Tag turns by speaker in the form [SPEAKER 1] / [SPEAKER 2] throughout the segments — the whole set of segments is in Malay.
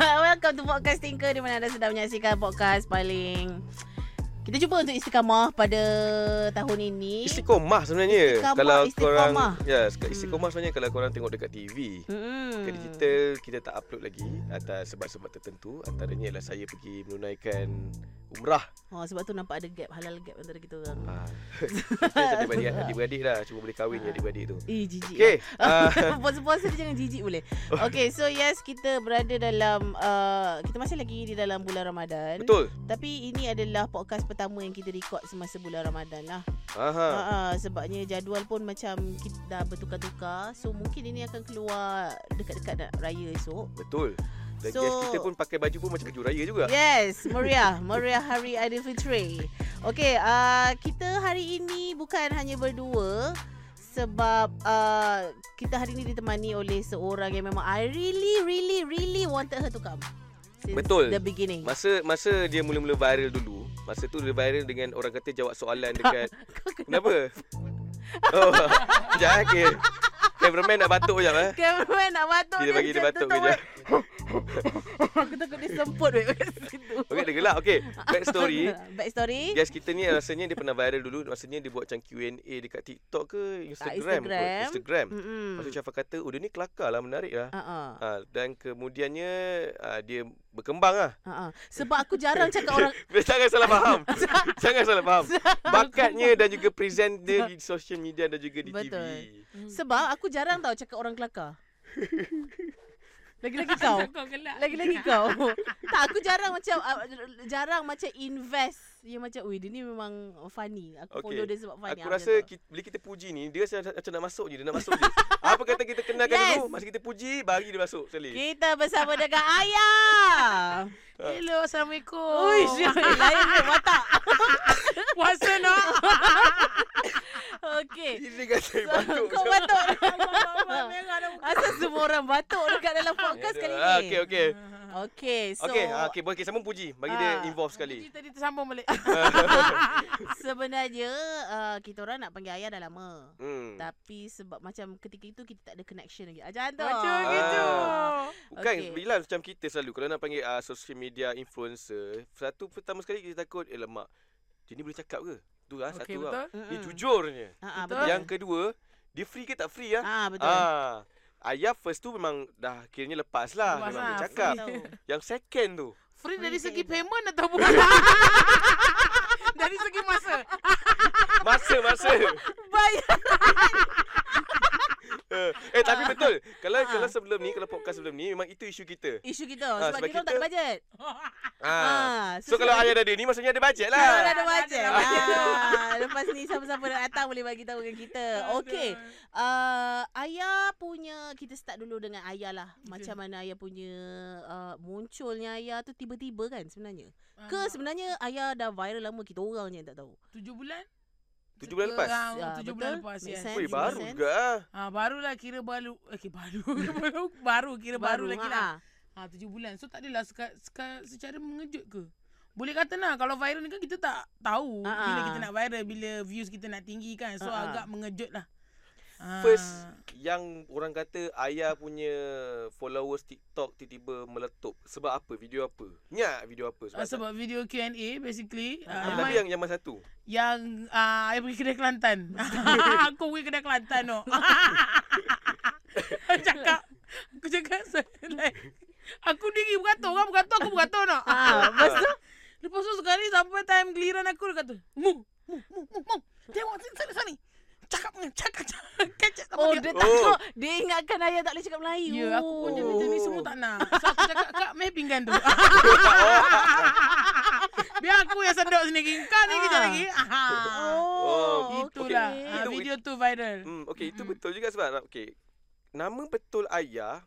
[SPEAKER 1] Welcome to Podcast Tinker Di mana anda sedang menyaksikan podcast paling Kita cuba untuk istiqamah pada tahun ini
[SPEAKER 2] Istiqomah sebenarnya
[SPEAKER 1] Istiqamah,
[SPEAKER 2] Kalau korang
[SPEAKER 1] istiqomah.
[SPEAKER 2] Ya yes, istiqomah sebenarnya Kalau korang tengok dekat TV
[SPEAKER 1] Hmm.
[SPEAKER 2] Kerja kita Kita tak upload lagi Atas sebab-sebab tertentu Antaranya ialah saya pergi menunaikan Umrah
[SPEAKER 1] Oh, sebab tu nampak ada gap halal gap antara kita orang.
[SPEAKER 2] ah. Saya adik-beradik, adik-beradik lah Cuma boleh kahwin je adik-beradik tu
[SPEAKER 1] Eh, jijik.
[SPEAKER 2] Okay
[SPEAKER 1] Ah.
[SPEAKER 2] ah, Oh.
[SPEAKER 1] Puasa-puasa dia jangan jijik boleh. Okay, so yes kita berada dalam uh, kita masih lagi di dalam bulan Ramadan.
[SPEAKER 2] Ah, Betul
[SPEAKER 1] Tapi ini adalah podcast pertama yang kita record semasa bulan Ramadan lah. Ha.
[SPEAKER 2] Aha.
[SPEAKER 1] Ha, sebabnya jadual pun macam kita dah bertukar-tukar. So mungkin ini akan keluar dekat-dekat nak raya esok.
[SPEAKER 2] Betul Dan
[SPEAKER 1] So-
[SPEAKER 2] so, guest kita pun pakai baju pun macam baju raya juga
[SPEAKER 1] Yes, meriah. Meriah Hari Aidilfitri. Okey, uh, kita hari ini bukan hanya berdua sebab uh, kita hari ini ditemani oleh seorang yang memang I really really really wanted her to come. Since
[SPEAKER 2] Betul.
[SPEAKER 1] the beginning.
[SPEAKER 2] Masa masa dia mula-mula viral dulu Masa tu dia viral dengan orang kata jawab soalan dekat
[SPEAKER 1] Kau kena
[SPEAKER 2] Kenapa? Oh, sekejap eh. Okay. Cameraman nak batuk sekejap eh.
[SPEAKER 1] Kameraman nak batuk
[SPEAKER 2] Kita bagi dia
[SPEAKER 1] macam
[SPEAKER 2] batuk
[SPEAKER 1] tu,
[SPEAKER 2] kejap.
[SPEAKER 1] weh. Aku takut dia semput weh kat situ.
[SPEAKER 2] Okey, dia gelak. Okey, back story.
[SPEAKER 1] Back story.
[SPEAKER 2] Guys kita ni rasanya dia pernah viral dulu. Rasanya dia buat macam Q&A dekat TikTok ke Instagram. kot.
[SPEAKER 1] Instagram. Hmm.
[SPEAKER 2] Instagram.
[SPEAKER 1] Mm-mm.
[SPEAKER 2] Lepas tu Syafa kata, oh dia ni kelakar lah, menarik lah.
[SPEAKER 1] Uh-uh.
[SPEAKER 2] Ha, dan kemudiannya ha, dia berkembang lah.
[SPEAKER 1] Uh-uh. Sebab aku jarang cakap orang
[SPEAKER 2] Jangan salah faham. Jangan salah faham. Bakatnya dan juga present dia di social media dan juga di
[SPEAKER 1] Betul.
[SPEAKER 2] TV.
[SPEAKER 1] Sebab aku jarang tau cakap orang kelakar. Lagi-lagi kau.
[SPEAKER 3] Kau gelak.
[SPEAKER 1] Lagi-lagi kau. tak, aku jarang macam uh, jarang macam invest. Dia macam, ui dia ni memang funny.
[SPEAKER 2] Okey.
[SPEAKER 1] Aku okay. follow dia sebab funny.
[SPEAKER 2] Aku rasa kita, bila kita puji ni Dia rasa macam nak masuk je Dia nak masuk je Apa kata kita kenalkan
[SPEAKER 1] Yes.
[SPEAKER 2] yes. dulu Masa kita puji Bagi dia masuk sekali
[SPEAKER 1] kita bersama dengan Ayah.
[SPEAKER 3] Hello, Assalamualaikum.
[SPEAKER 1] Ui, lain dia watak.
[SPEAKER 3] ya, Puasa nak.
[SPEAKER 1] Okey.
[SPEAKER 2] Dia dia kata
[SPEAKER 1] So,
[SPEAKER 2] batuk
[SPEAKER 1] kau batuk. Asal semua orang batuk dekat dalam podcast kali ni.
[SPEAKER 2] Okey okey
[SPEAKER 1] Okey, so
[SPEAKER 2] Okey ah, okey boleh okay, sambung puji Bagi dia
[SPEAKER 1] Ah.
[SPEAKER 2] involve sekali
[SPEAKER 3] Tadi tersambung balik.
[SPEAKER 1] sebenarnya uh, kita orang nak panggil ayah dah lama.
[SPEAKER 2] Hmm.
[SPEAKER 1] Tapi sebab macam ketika itu kita tak ada connection lagi. Ajar tu.
[SPEAKER 3] Macam
[SPEAKER 2] Ah.
[SPEAKER 3] gitu.
[SPEAKER 2] Bukan
[SPEAKER 1] okey.
[SPEAKER 2] okay. bila macam kita selalu Kalau nak panggil uh, social media influencer Satu pertama sekali kita takut Eh lemak Dia ni boleh cakap ke Tu lah
[SPEAKER 3] Okey,
[SPEAKER 2] satu lah
[SPEAKER 3] betul.
[SPEAKER 2] Ni jujurnya
[SPEAKER 1] Ha ah,
[SPEAKER 3] Betul.
[SPEAKER 1] betul.
[SPEAKER 2] Yang kedua Dia free ke tak free lah
[SPEAKER 1] ha betul.
[SPEAKER 2] Ah, Ayah first tu memang dah kiranya lepas lah
[SPEAKER 3] Lepas
[SPEAKER 2] Memang
[SPEAKER 3] lah,
[SPEAKER 2] boleh cakap
[SPEAKER 1] Tahu.
[SPEAKER 2] Yang second tu
[SPEAKER 3] Free
[SPEAKER 1] Free
[SPEAKER 3] dari segi
[SPEAKER 1] payment.
[SPEAKER 3] payment atau bukan? dari segi masa.
[SPEAKER 2] Masa masa
[SPEAKER 1] Bayar.
[SPEAKER 2] Eh, Eh
[SPEAKER 1] Ah.
[SPEAKER 2] tapi betul Kalau kalau sebelum ni Kalau podcast sebelum ni Memang itu isu kita
[SPEAKER 1] Isu kita
[SPEAKER 2] Ah,
[SPEAKER 1] sebab
[SPEAKER 2] sebab
[SPEAKER 1] kita, orang tak ada
[SPEAKER 2] kita-
[SPEAKER 1] bajet.
[SPEAKER 2] ha.
[SPEAKER 1] Ah,
[SPEAKER 2] So kalau
[SPEAKER 1] sebab-
[SPEAKER 2] ayah dah ada ni Maksudnya ada bajet
[SPEAKER 1] kalau dah
[SPEAKER 2] lah
[SPEAKER 1] ada
[SPEAKER 3] Ah,
[SPEAKER 1] bajet.
[SPEAKER 3] ada bajet.
[SPEAKER 1] Ah, lepas ni siapa-siapa nak datang boleh bagi tahu dengan kita.
[SPEAKER 3] Eh,
[SPEAKER 1] Okey. Uh, ayah punya kita start dulu dengan ayah lah. Macam mana ayah punya uh, munculnya ayah tu tiba-tiba kan sebenarnya. Ke sebenarnya ayah dah viral lama kita orang je yang tak tahu.
[SPEAKER 3] Tujuh bulan?
[SPEAKER 2] Tujuh bulan lepas.
[SPEAKER 3] Sekarang
[SPEAKER 1] Ya,
[SPEAKER 3] Tujuh
[SPEAKER 1] betul.
[SPEAKER 3] bulan lepas,
[SPEAKER 1] Make
[SPEAKER 3] yes.
[SPEAKER 1] sense,
[SPEAKER 2] Weh
[SPEAKER 1] make
[SPEAKER 2] baru
[SPEAKER 1] sense.
[SPEAKER 2] juga ah.
[SPEAKER 3] Ha, barulah kira baru Okay baru baru, baru kira baru, lagi lah
[SPEAKER 1] ah.
[SPEAKER 3] Ha tujuh bulan. So tak adalah seka, seka, secara mengejut ke? Boleh kata lah kalau viral ni kan kita tak tahu
[SPEAKER 1] Ah,
[SPEAKER 3] bila
[SPEAKER 1] ah.
[SPEAKER 3] kita nak viral, bila views kita nak tinggi kan. So
[SPEAKER 1] Ah, ah.
[SPEAKER 3] agak mengejut lah. Ah.
[SPEAKER 2] First Yang orang kata Ayah punya Followers TikTok Tiba-tiba meletup Sebab apa Video apa Nyak video apa
[SPEAKER 3] Ah,
[SPEAKER 2] Sebab, sebab
[SPEAKER 3] sebab video Q&A basically
[SPEAKER 1] Ah,
[SPEAKER 3] ah,
[SPEAKER 2] Tapi yang
[SPEAKER 3] yang
[SPEAKER 2] yang mana satu
[SPEAKER 3] yang ah, I pergi kedai Kelantan. aku pergi kedai Kelantan tu. Aku cakap aku cakap saya like, aku diri beratur orang beratur aku beratur nak.
[SPEAKER 1] Ah, lepas tu
[SPEAKER 3] Lepas tu sekali sampai time giliran aku dia kata, "Mu, mu, mu, mu, mu. Tengok sini sini sini." Cakap dengan cakap cakap cakap sama
[SPEAKER 1] Oh
[SPEAKER 3] dia.
[SPEAKER 1] dia
[SPEAKER 2] Oh.
[SPEAKER 1] takut Dia ingatkan ayah tak boleh cakap Melayu Oh.
[SPEAKER 3] Ya, aku pun dia macam ni semua tak nak. So aku cakap, "Kak, meh pinggan tu." Ah.
[SPEAKER 2] Oh.
[SPEAKER 3] Biar aku yang sedot sendiri. Kau ni kejap
[SPEAKER 1] Ah.
[SPEAKER 3] lagi. Aha.
[SPEAKER 1] Oh,
[SPEAKER 2] Oh,
[SPEAKER 3] Itulah.
[SPEAKER 1] okey.
[SPEAKER 3] Ah,
[SPEAKER 2] Itu-
[SPEAKER 3] video tu viral.
[SPEAKER 2] hmm, Okay itu betul juga sebab Okay Nama betul ayah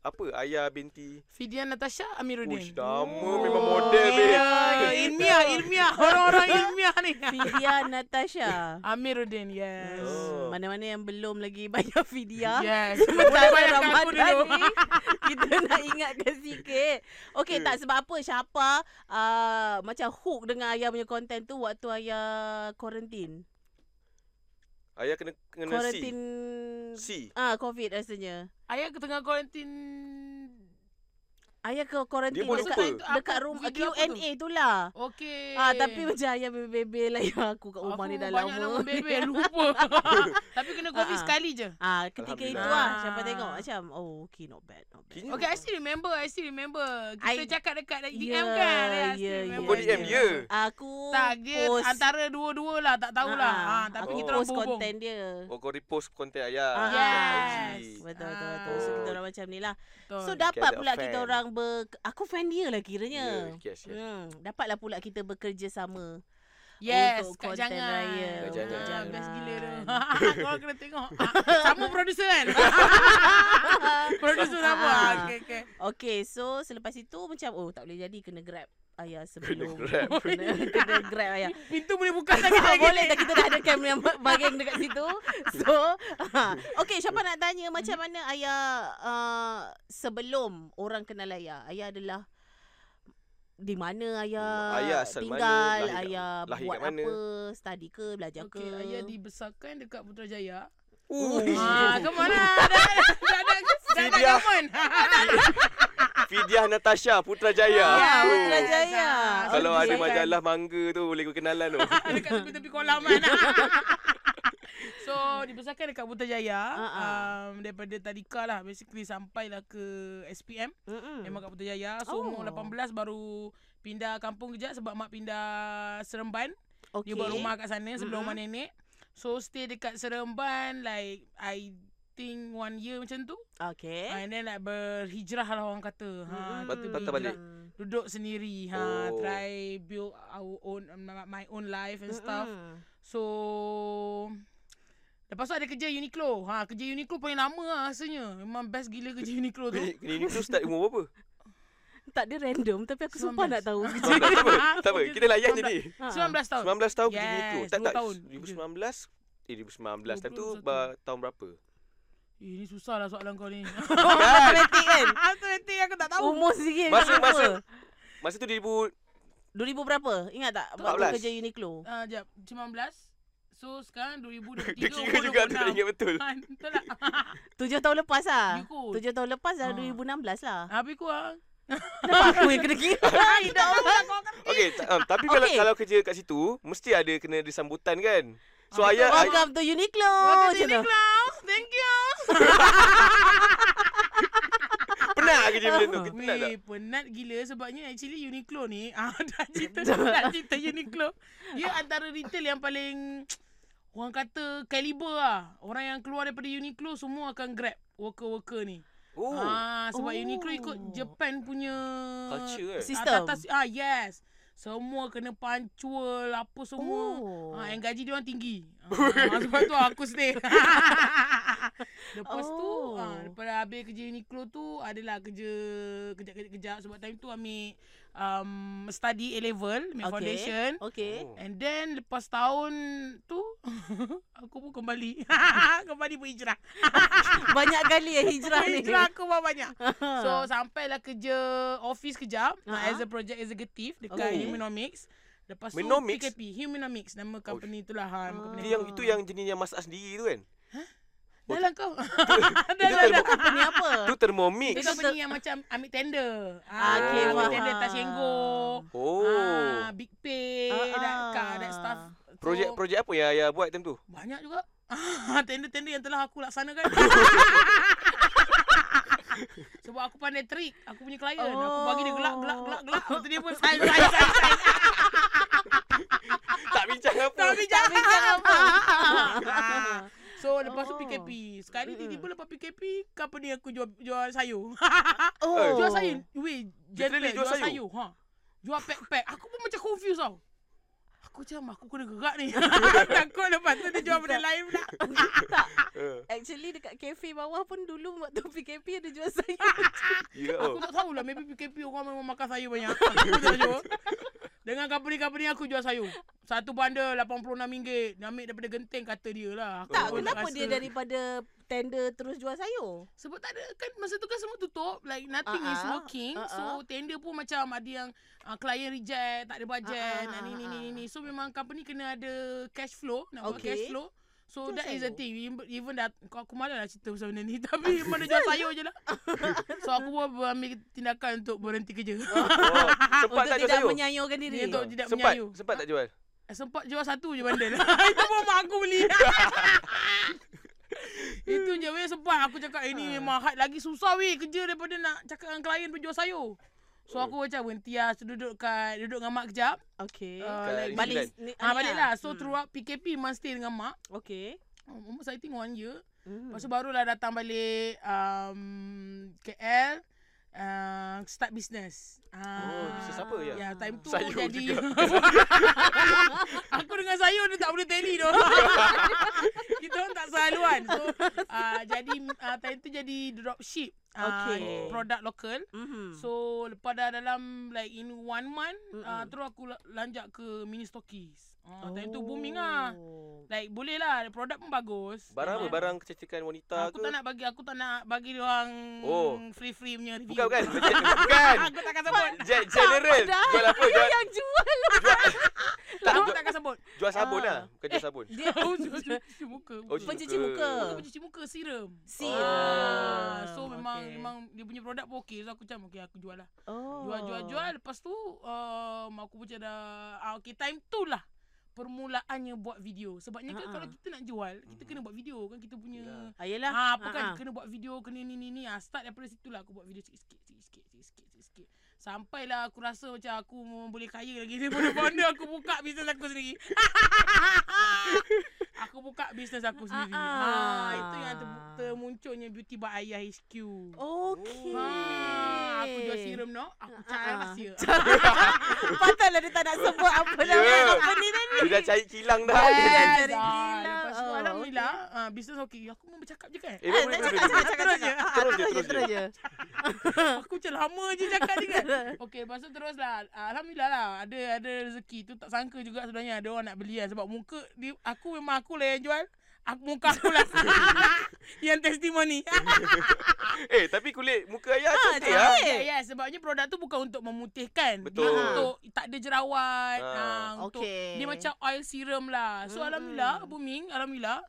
[SPEAKER 2] Apa Ayah binti
[SPEAKER 3] Fidian Natasha
[SPEAKER 2] Ush
[SPEAKER 3] Amiruddin.
[SPEAKER 2] nama
[SPEAKER 1] Oh.
[SPEAKER 2] memang model babe
[SPEAKER 3] Ya, ya, ilmiah, ilmiah. Orang-orang ilmiah ni.
[SPEAKER 1] Fidia Natasha
[SPEAKER 3] Amiruddin, yes.
[SPEAKER 2] Oh.
[SPEAKER 1] Hmm, Mana-mana yang belum lagi bayar Fidia
[SPEAKER 3] Yes. Ya, Boleh
[SPEAKER 1] Sementara
[SPEAKER 3] bayangkan aku
[SPEAKER 1] Ramadan
[SPEAKER 3] dulu.
[SPEAKER 1] ni Kita nak ingatkan sikit Okay
[SPEAKER 2] Hmm.
[SPEAKER 1] tak sebab apa Siapa uh, Macam hook dengan ayah punya konten tu Waktu ayah Quarantine
[SPEAKER 2] Ayah kena kena
[SPEAKER 1] Quarantine
[SPEAKER 2] C. C.
[SPEAKER 1] Ah, Covid rasanya
[SPEAKER 3] Ayah ke tengah kuarantin
[SPEAKER 1] Ayah ke quarantine
[SPEAKER 2] Dia pun
[SPEAKER 1] dekat,
[SPEAKER 2] lupa.
[SPEAKER 1] dekat
[SPEAKER 3] Apa?
[SPEAKER 1] room uh,
[SPEAKER 3] Video apa tu?
[SPEAKER 1] Q&A tu lah.
[SPEAKER 3] Okey.
[SPEAKER 1] Ah, tapi macam ayah bebel-bebel lah yang aku kat rumah
[SPEAKER 3] Aku
[SPEAKER 1] ni dah
[SPEAKER 3] banyak
[SPEAKER 1] lama.
[SPEAKER 3] lama bebel lupa. tapi kena COVID
[SPEAKER 1] Ah, ah.
[SPEAKER 3] sekali je.
[SPEAKER 1] Ah, ketika itu
[SPEAKER 2] Alhamdulillah.
[SPEAKER 1] lah siapa tengok macam oh okay not bad not bad.
[SPEAKER 2] Kini-
[SPEAKER 3] Okay, I still remember. I still remember. Kita
[SPEAKER 1] I- Ya,
[SPEAKER 3] cakap dekat DM
[SPEAKER 1] Yeah,
[SPEAKER 3] kan. I still
[SPEAKER 1] yeah,
[SPEAKER 3] remember.
[SPEAKER 2] Kau
[SPEAKER 1] yeah,
[SPEAKER 2] DM dia.
[SPEAKER 1] Aku
[SPEAKER 3] Tak, dia
[SPEAKER 1] post,
[SPEAKER 3] antara dua-dua lah. Tak
[SPEAKER 1] Ah,
[SPEAKER 3] tahulah. Ha,
[SPEAKER 1] ah. aku
[SPEAKER 3] tapi kita orang
[SPEAKER 1] post
[SPEAKER 3] berhubung.
[SPEAKER 1] content dia.
[SPEAKER 2] Oh kau repost konten ayah.
[SPEAKER 1] Ah,
[SPEAKER 2] dekat
[SPEAKER 3] yes.
[SPEAKER 2] IG.
[SPEAKER 1] Betul betul
[SPEAKER 3] Ah.
[SPEAKER 1] betul. So kita orang macam ni lah.
[SPEAKER 3] Betul.
[SPEAKER 1] So
[SPEAKER 2] Kita
[SPEAKER 1] dapat
[SPEAKER 2] ada
[SPEAKER 1] pula
[SPEAKER 2] fan.
[SPEAKER 1] kita orang ber aku fan dia lah
[SPEAKER 2] Ya,
[SPEAKER 1] kiranya.
[SPEAKER 2] yes, yes.
[SPEAKER 1] Hmm, dapatlah pula kita bekerja sama.
[SPEAKER 3] Yes,
[SPEAKER 1] Untuk
[SPEAKER 3] Kak
[SPEAKER 1] content
[SPEAKER 3] Jangan.
[SPEAKER 1] raya.
[SPEAKER 2] Kak Jangan.
[SPEAKER 3] Ah, Best gila tu.
[SPEAKER 1] Jangan.
[SPEAKER 3] Korang kena tengok. Sama producer kan? producer sama.
[SPEAKER 1] Ah.
[SPEAKER 3] Okay, okay.
[SPEAKER 1] Okay, so selepas itu macam oh tak boleh jadi kena grab ayah sebelum
[SPEAKER 2] grab.
[SPEAKER 1] kena, kena grab ayah.
[SPEAKER 3] Pintu boleh buka tak kita
[SPEAKER 1] Tak
[SPEAKER 3] lagi.
[SPEAKER 1] boleh dah kita dah ada cam yang bagging dekat situ. So, ha. okay siapa nak tanya macam mana ayah uh, sebelum orang kenal ayah? Ayah adalah di mana ayah,
[SPEAKER 2] Hmm, ayah asal mana,
[SPEAKER 1] tinggal,
[SPEAKER 2] lahir kat-
[SPEAKER 1] ayah
[SPEAKER 2] lahir
[SPEAKER 1] buat
[SPEAKER 2] kat mana?
[SPEAKER 1] apa, study ke, belajar
[SPEAKER 3] Okay,
[SPEAKER 1] ke?
[SPEAKER 3] ayah dibesarkan dekat Putrajaya.
[SPEAKER 2] Oh,
[SPEAKER 3] Ah, ke mana? Dah dah dah dah dah dah
[SPEAKER 2] Fidia.
[SPEAKER 3] gaman. Ah,
[SPEAKER 2] Fidiah Natasha Putrajaya.
[SPEAKER 1] Ya,
[SPEAKER 2] Oh.
[SPEAKER 1] Putrajaya.
[SPEAKER 2] Kalau
[SPEAKER 1] Oh,
[SPEAKER 2] ada
[SPEAKER 1] dibesarkan.
[SPEAKER 2] majalah mangga tu boleh kau kenalan tu.
[SPEAKER 3] dekat tepi-tepi kolam kan. so dibesarkan dekat Putrajaya
[SPEAKER 1] Ah, ah.
[SPEAKER 3] um, daripada tadika lah basically sampailah ke SPM
[SPEAKER 1] Mm-mm.
[SPEAKER 3] memang kat Putrajaya. So
[SPEAKER 1] Hmm. Oh.
[SPEAKER 3] umur 18 baru pindah kampung kejap sebab mak pindah Seremban.
[SPEAKER 1] okay. Mm-hmm.
[SPEAKER 3] Dia buat rumah kat sana sebelum
[SPEAKER 1] Mm-mm.
[SPEAKER 3] rumah nenek. So stay dekat Seremban like I think one year macam tu.
[SPEAKER 1] Okay.
[SPEAKER 3] And then like berhijrah lah orang kata. Ha,
[SPEAKER 1] Mm-mm.
[SPEAKER 2] Lepas tu
[SPEAKER 3] kita
[SPEAKER 2] patah balik.
[SPEAKER 1] Mm.
[SPEAKER 3] Duduk sendiri. Ha,
[SPEAKER 2] Oh.
[SPEAKER 3] Try build our own, my own life and stuff.
[SPEAKER 1] Mm-mm.
[SPEAKER 3] So Lepas tu ada kerja Uniqlo. Ha, kerja Uniqlo paling lama lah rasanya. Memang best gila kerja Uniqlo tu.
[SPEAKER 2] Ni tu start umur berapa?
[SPEAKER 1] Tak dia random tapi aku sumpah
[SPEAKER 3] 19.
[SPEAKER 1] nak tahu Ha. kerja
[SPEAKER 2] Tak apa, tak apa. Kita layan Ah. jadi.
[SPEAKER 3] 19 tahun.
[SPEAKER 2] 19 tahun kerja
[SPEAKER 3] Yes,
[SPEAKER 2] yes, Uniqlo. Tak
[SPEAKER 3] dua
[SPEAKER 2] tak.
[SPEAKER 3] tahun.
[SPEAKER 2] 2019 Eh 2019 Time tu
[SPEAKER 3] 21.
[SPEAKER 2] bah, Tahun berapa
[SPEAKER 3] Eh, ni susah lah soalan kau ni.
[SPEAKER 1] Automatik kan
[SPEAKER 3] Automatik aku tak tahu.
[SPEAKER 2] Oh.
[SPEAKER 1] Umur sendiri dengan
[SPEAKER 2] Masa-
[SPEAKER 1] apa?
[SPEAKER 2] masa- Masa tu 2000
[SPEAKER 1] 2000 berapa? Ingat tak? Waktu
[SPEAKER 2] 14.
[SPEAKER 1] kerja Uniqlo
[SPEAKER 3] Ah, jap, 19. So sekarang 2023
[SPEAKER 2] Dia kira juga tu tak ingat betul
[SPEAKER 3] Ha, betul tak?
[SPEAKER 1] Ah, Tujuh tahun lepas lah
[SPEAKER 3] You kot.
[SPEAKER 1] Tujuh tahun lepas dah
[SPEAKER 3] Ha.
[SPEAKER 1] 2016 lah
[SPEAKER 3] Habis kurang.
[SPEAKER 1] Kenapa aku yang kena kira?
[SPEAKER 3] Tidak apa kau kan.
[SPEAKER 2] Okay ta- um, Tapi kalau
[SPEAKER 1] Okay.
[SPEAKER 2] kalau kerja kat situ Mesti ada kena ada sambutan kan So
[SPEAKER 3] Ah,
[SPEAKER 2] ayah ayah-
[SPEAKER 1] Welcome to Uniqlo
[SPEAKER 3] Oh,
[SPEAKER 1] Macam tu.
[SPEAKER 3] Klaus. Thank you. Oh,
[SPEAKER 2] Penat kerja macam tu Kita Penat tak
[SPEAKER 3] Weh, penat gila sebabnya actually Uniqlo ni ah dah cerita dah cerita Uniqlo. Dia antara retail yang paling orang kata kaliber lah. Orang yang keluar daripada Uniqlo semua akan grab worker-worker ni.
[SPEAKER 2] Oh
[SPEAKER 3] Ah sebab
[SPEAKER 1] Oh.
[SPEAKER 3] Uniqlo ikut Japan punya
[SPEAKER 2] Culture eh
[SPEAKER 1] System.
[SPEAKER 3] Atas, atas, ah yes. Semua kena pancual apa semua.
[SPEAKER 1] Oh.
[SPEAKER 3] Ah yang gaji dia orang tinggi. Ah, sebab tu aku stay. Lepas tu
[SPEAKER 1] Oh.
[SPEAKER 3] ah daripada habis kerja Uniqlo tu adalah kerja kejap-kejap sebab time tu ambil um, study A level,
[SPEAKER 1] Okay.
[SPEAKER 3] ambil okay. foundation.
[SPEAKER 1] Okay
[SPEAKER 2] Oh.
[SPEAKER 3] And then lepas tahun tu aku pun kembali. kembali berhijrah.
[SPEAKER 1] Banyak kali yang hijrah ni
[SPEAKER 3] Hijrah aku buat banyak. So sampailah kerja office kejap
[SPEAKER 1] Ha.
[SPEAKER 3] uh-huh. as a project executive dekat
[SPEAKER 1] Okay.
[SPEAKER 3] okay. Humanomics. Lepas tu
[SPEAKER 2] Menomics?
[SPEAKER 3] PKP, Humanomics nama company tu lah. Ha, nama
[SPEAKER 1] Ah.
[SPEAKER 3] company.
[SPEAKER 2] Dia yang itu yang jenis yang masak sendiri tu kan
[SPEAKER 3] Dah lah kau. Dah
[SPEAKER 2] Itu
[SPEAKER 3] lah dah.
[SPEAKER 2] termo-
[SPEAKER 1] Company apa?
[SPEAKER 2] tu Thermomix
[SPEAKER 3] Dia company yang macam ambil tender. Ah,
[SPEAKER 1] Okay
[SPEAKER 3] ambil
[SPEAKER 1] faham
[SPEAKER 3] tender atas Senggol.
[SPEAKER 2] Oh
[SPEAKER 3] Ah, big pay,
[SPEAKER 1] Ah,
[SPEAKER 3] that,
[SPEAKER 1] ah.
[SPEAKER 3] car, that stuff. So,
[SPEAKER 2] Projek-projek apa yang ayah buat time tu
[SPEAKER 3] Banyak juga. Ah, tender-tender yang telah aku laksanakan. Sebab aku pandai trik Aku punya klien oh. Aku bagi dia gelak Gelak gelak gelak Lepas tu dia pun sign sign sign sign
[SPEAKER 2] Tak bincang apa
[SPEAKER 3] Tak bijak Tak bijak apa
[SPEAKER 1] Ah.
[SPEAKER 3] So lepas tu
[SPEAKER 1] Oh.
[SPEAKER 3] PKP Sekali
[SPEAKER 1] Mm-mm.
[SPEAKER 3] tiba-tiba lepas PKP Company aku jual jual sayur
[SPEAKER 1] Oh
[SPEAKER 3] Jual sayur Weh
[SPEAKER 2] Literally
[SPEAKER 3] Gentleman
[SPEAKER 2] jual
[SPEAKER 3] jual
[SPEAKER 2] sayur?
[SPEAKER 3] sayur ha. Jual pack-pack Aku pun macam confused tau Aku macam aku kena gerak ni Takut lepas tu dia jual benda lain pula
[SPEAKER 1] Tak
[SPEAKER 2] Eh,
[SPEAKER 1] Actually dekat kafe bawah pun dulu waktu PKP ada jual sayur.
[SPEAKER 2] Ya
[SPEAKER 3] Aku
[SPEAKER 2] oh
[SPEAKER 3] tak tahulah Maybe PKP orang memang makan sayur banyak Aku tak tahu. Dengan company-company aku jual sayur Satu bandar RM86 Dia ambil daripada genteng kata dia lah
[SPEAKER 2] Oh.
[SPEAKER 3] Aku
[SPEAKER 1] tak,
[SPEAKER 3] pun
[SPEAKER 1] kenapa
[SPEAKER 3] rasa.
[SPEAKER 1] dia daripada tender terus jual sayur?
[SPEAKER 3] Sebab tak ada kan masa tu kan semua tutup like nothing uh-uh. is
[SPEAKER 1] Ah-ah.
[SPEAKER 3] working uh-uh. so
[SPEAKER 1] Ah-ah.
[SPEAKER 3] tender pun macam ada yang uh, klien reject tak ada budget
[SPEAKER 1] Ah-ah,
[SPEAKER 3] uh-uh. ni ni ni
[SPEAKER 1] ah-ah.
[SPEAKER 3] ni so memang company kena ada cash flow nak okay. buat
[SPEAKER 1] Okay.
[SPEAKER 3] cash flow So
[SPEAKER 1] Jual
[SPEAKER 3] that is
[SPEAKER 1] sayur?
[SPEAKER 3] the thing Even- Even dah Kau aku malas nak cerita pasal benda ni Tapi mana jual sayur je lah So aku pun ambil tindakan Untuk berhenti kerja
[SPEAKER 2] Oh, sempat
[SPEAKER 1] Untuk
[SPEAKER 2] tak
[SPEAKER 1] tidak
[SPEAKER 2] jual sayur?
[SPEAKER 1] menyayurkan diri.
[SPEAKER 3] Dia Untuk tidak
[SPEAKER 2] Sempat,
[SPEAKER 3] menyayu
[SPEAKER 2] sempat tak jual?
[SPEAKER 3] Sempat jual satu je bandel Itu pun mak aku beli Itu je weh sempat Aku cakap eh, ni memang hard lagi susah weh Kerja daripada nak cakap dengan klien penjual sayur So aku macam berhenti lah so, Duduk kat Duduk dengan mak kejap
[SPEAKER 1] Okay.
[SPEAKER 3] Ah,
[SPEAKER 2] Kat
[SPEAKER 3] like-
[SPEAKER 2] New
[SPEAKER 1] balik.
[SPEAKER 2] Zealand.
[SPEAKER 1] ni-
[SPEAKER 3] Ah
[SPEAKER 1] ni
[SPEAKER 3] balik
[SPEAKER 1] lah.
[SPEAKER 3] lah So throughout PKP Memang stay dengan mak
[SPEAKER 1] Okay.
[SPEAKER 3] Oh, Almost I think one year
[SPEAKER 1] Hmm.
[SPEAKER 3] Lepas tu barulah datang balik um, KL uh, Start business
[SPEAKER 2] Oh, bisnes apa ya?
[SPEAKER 3] Ya yeah, time tu
[SPEAKER 2] Sayur
[SPEAKER 3] jadi
[SPEAKER 2] juga.
[SPEAKER 3] Aku dengan sayur dia tak boleh tally tu Kita orang tak sehaluan So uh, jadi uh, time tu jadi dropship uh,
[SPEAKER 1] Okay.
[SPEAKER 3] Produk lokal
[SPEAKER 1] Mhm.
[SPEAKER 2] Hmm.
[SPEAKER 3] So lepas dah dalam like in one month
[SPEAKER 1] Mm-mm.
[SPEAKER 3] uh, Terus aku la- lanjak ke mini stockies
[SPEAKER 1] ah,
[SPEAKER 3] uh, Time tu booming lah
[SPEAKER 1] Oh.
[SPEAKER 3] Like boleh lah Produk pun bagus
[SPEAKER 2] Barang apa?
[SPEAKER 3] Memang-
[SPEAKER 2] Barang kecantikan wanita ke?
[SPEAKER 3] aku tak nak bagi aku tak nak bagi dia orang
[SPEAKER 2] Oh.
[SPEAKER 3] free free punya review.
[SPEAKER 2] Bukan, bukan. Bukan.
[SPEAKER 3] aku tak akan sebut.
[SPEAKER 2] Gen- General.
[SPEAKER 1] Padahal
[SPEAKER 2] Jual apa? Jual,
[SPEAKER 1] Yang
[SPEAKER 2] tak,
[SPEAKER 1] jual
[SPEAKER 3] aku
[SPEAKER 2] jual,
[SPEAKER 3] tak akan sebut.
[SPEAKER 2] jual sabun
[SPEAKER 1] Ah.
[SPEAKER 2] lah. Bukan jual sabun.
[SPEAKER 1] Dia
[SPEAKER 3] Cuci muka.
[SPEAKER 2] Oh,
[SPEAKER 3] muka.
[SPEAKER 1] pencuci muka.
[SPEAKER 3] Aku pencuci Oh. muka serum.
[SPEAKER 1] Serum.
[SPEAKER 3] Ah, so memang
[SPEAKER 1] Okay.
[SPEAKER 3] memang dia punya produk pun okey. So aku macam okey aku jual lah.
[SPEAKER 1] Oh.
[SPEAKER 3] Jual jual jual lepas tu um, aku macam dah ah, okey time tu lah permulaannya buat video. Sebabnya kan
[SPEAKER 1] Ah, ah.
[SPEAKER 3] kalau kita nak jual, kita
[SPEAKER 1] Hmm.
[SPEAKER 2] Mm.
[SPEAKER 3] kena buat video kan kita punya
[SPEAKER 1] Ya.
[SPEAKER 2] Yelah.
[SPEAKER 1] Ayolah.
[SPEAKER 3] Ah, apa kan
[SPEAKER 1] Ah, ah.
[SPEAKER 3] kena buat video kena ni ni ni ah start daripada situ lah aku buat video sikit-sikit sikit-sikit sikit-sikit sikit-sikit sampailah aku rasa macam aku memang boleh kaya lagi daripada mana aku buka bisnes aku sendiri aku buka bisnes aku sendiri
[SPEAKER 1] Ah,
[SPEAKER 3] ha
[SPEAKER 1] ah.
[SPEAKER 3] itu yang ter- termunculnya beauty by ayah HQ
[SPEAKER 1] Oh, Okay.
[SPEAKER 3] Ha, aku jual serum no. Aku cakap
[SPEAKER 1] Ah, ah.
[SPEAKER 3] rahsia.
[SPEAKER 1] Patutlah dia tak nak sebut apa
[SPEAKER 2] Ya.
[SPEAKER 1] nama company ni.
[SPEAKER 2] Dia dah cari kilang dah.
[SPEAKER 1] Eh.
[SPEAKER 3] Dah,
[SPEAKER 1] Jadi gila.
[SPEAKER 3] Ha, Lepas tu
[SPEAKER 1] Oh,
[SPEAKER 3] alhamdulillah, ah, bisnes okey. Aku memang bercakap je kan.
[SPEAKER 2] Eh,
[SPEAKER 1] Eh,
[SPEAKER 2] boleh,
[SPEAKER 1] tak
[SPEAKER 2] boleh,
[SPEAKER 1] cakap,
[SPEAKER 2] boleh,
[SPEAKER 1] cakap,
[SPEAKER 2] boleh.
[SPEAKER 1] cakap, cakap. Ha.
[SPEAKER 2] Terus je,
[SPEAKER 1] Ah,
[SPEAKER 2] terus je.
[SPEAKER 1] Terus je.
[SPEAKER 3] Aku macam lama je cakap ni kan Okay lepas tu terus lah ah, Alhamdulillah lah Ada ada rezeki tu Tak sangka juga sebenarnya Ada orang nak beli kan Sebab muka dia, Aku memang aku lah yang jual Aku muka aku lah Yang testimoni
[SPEAKER 2] Eh, tapi kulit muka ayah cantik
[SPEAKER 1] cantik.
[SPEAKER 2] lah.
[SPEAKER 3] Ya yeah, sebabnya produk tu bukan untuk memutihkan
[SPEAKER 2] Betul.
[SPEAKER 3] Dia untuk tak ada jerawat
[SPEAKER 2] Ah. Hmm.
[SPEAKER 3] ah, untuk,
[SPEAKER 1] Okay.
[SPEAKER 3] Dia macam oil serum lah So
[SPEAKER 1] Mm-mm.
[SPEAKER 3] Alhamdulillah booming Alhamdulillah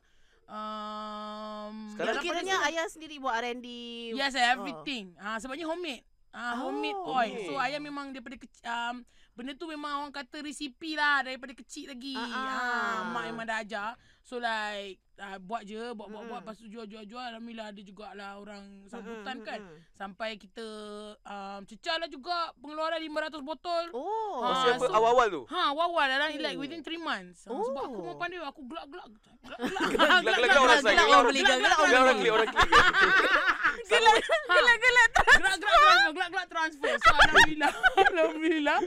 [SPEAKER 3] um,
[SPEAKER 2] Sekarang
[SPEAKER 1] Itu
[SPEAKER 3] dalam
[SPEAKER 1] kiranya
[SPEAKER 3] produk-
[SPEAKER 1] ayah sendiri buat R&D.
[SPEAKER 3] Yes, I everything. Ah, sebabnya homemade. Ah,
[SPEAKER 1] Oh,
[SPEAKER 3] homemade oil. So
[SPEAKER 2] homemade.
[SPEAKER 3] ayah memang daripada kecil um, benda tu memang orang kata resipi lah daripada kecil lagi.
[SPEAKER 1] Ah,
[SPEAKER 3] Ah,
[SPEAKER 1] ah.
[SPEAKER 3] mak memang dah ajar. So like ah, buat je, buat buat
[SPEAKER 1] Mm-mm.
[SPEAKER 3] buat lepas tu jual jual jual. Alhamdulillah ada jugalah orang
[SPEAKER 1] Hmm,
[SPEAKER 3] sambutan
[SPEAKER 1] Mm-mm,
[SPEAKER 3] kan.
[SPEAKER 1] mm-mm.
[SPEAKER 3] Sampai kita um, cecah lah juga pengeluaran 500 botol.
[SPEAKER 1] Oh.
[SPEAKER 2] Masa
[SPEAKER 3] Ah,
[SPEAKER 2] apa
[SPEAKER 3] so-
[SPEAKER 2] awal-awal tu?
[SPEAKER 3] Ha, wawal dalam
[SPEAKER 1] Oh.
[SPEAKER 3] like within 3 months. Ah, Sebab aku
[SPEAKER 1] Oh.
[SPEAKER 3] memang pandai aku gelak-gelak.
[SPEAKER 2] gelak,
[SPEAKER 3] Gelak-gelak
[SPEAKER 2] gelak orang sign, gelak
[SPEAKER 1] orang beli, gelak
[SPEAKER 2] Dia orang klik, orang klik. Gelak.
[SPEAKER 3] Gelak-gelak Gelak-gelak transfer Gelak-gelak transfer So Alhamdulillah Alhamdulillah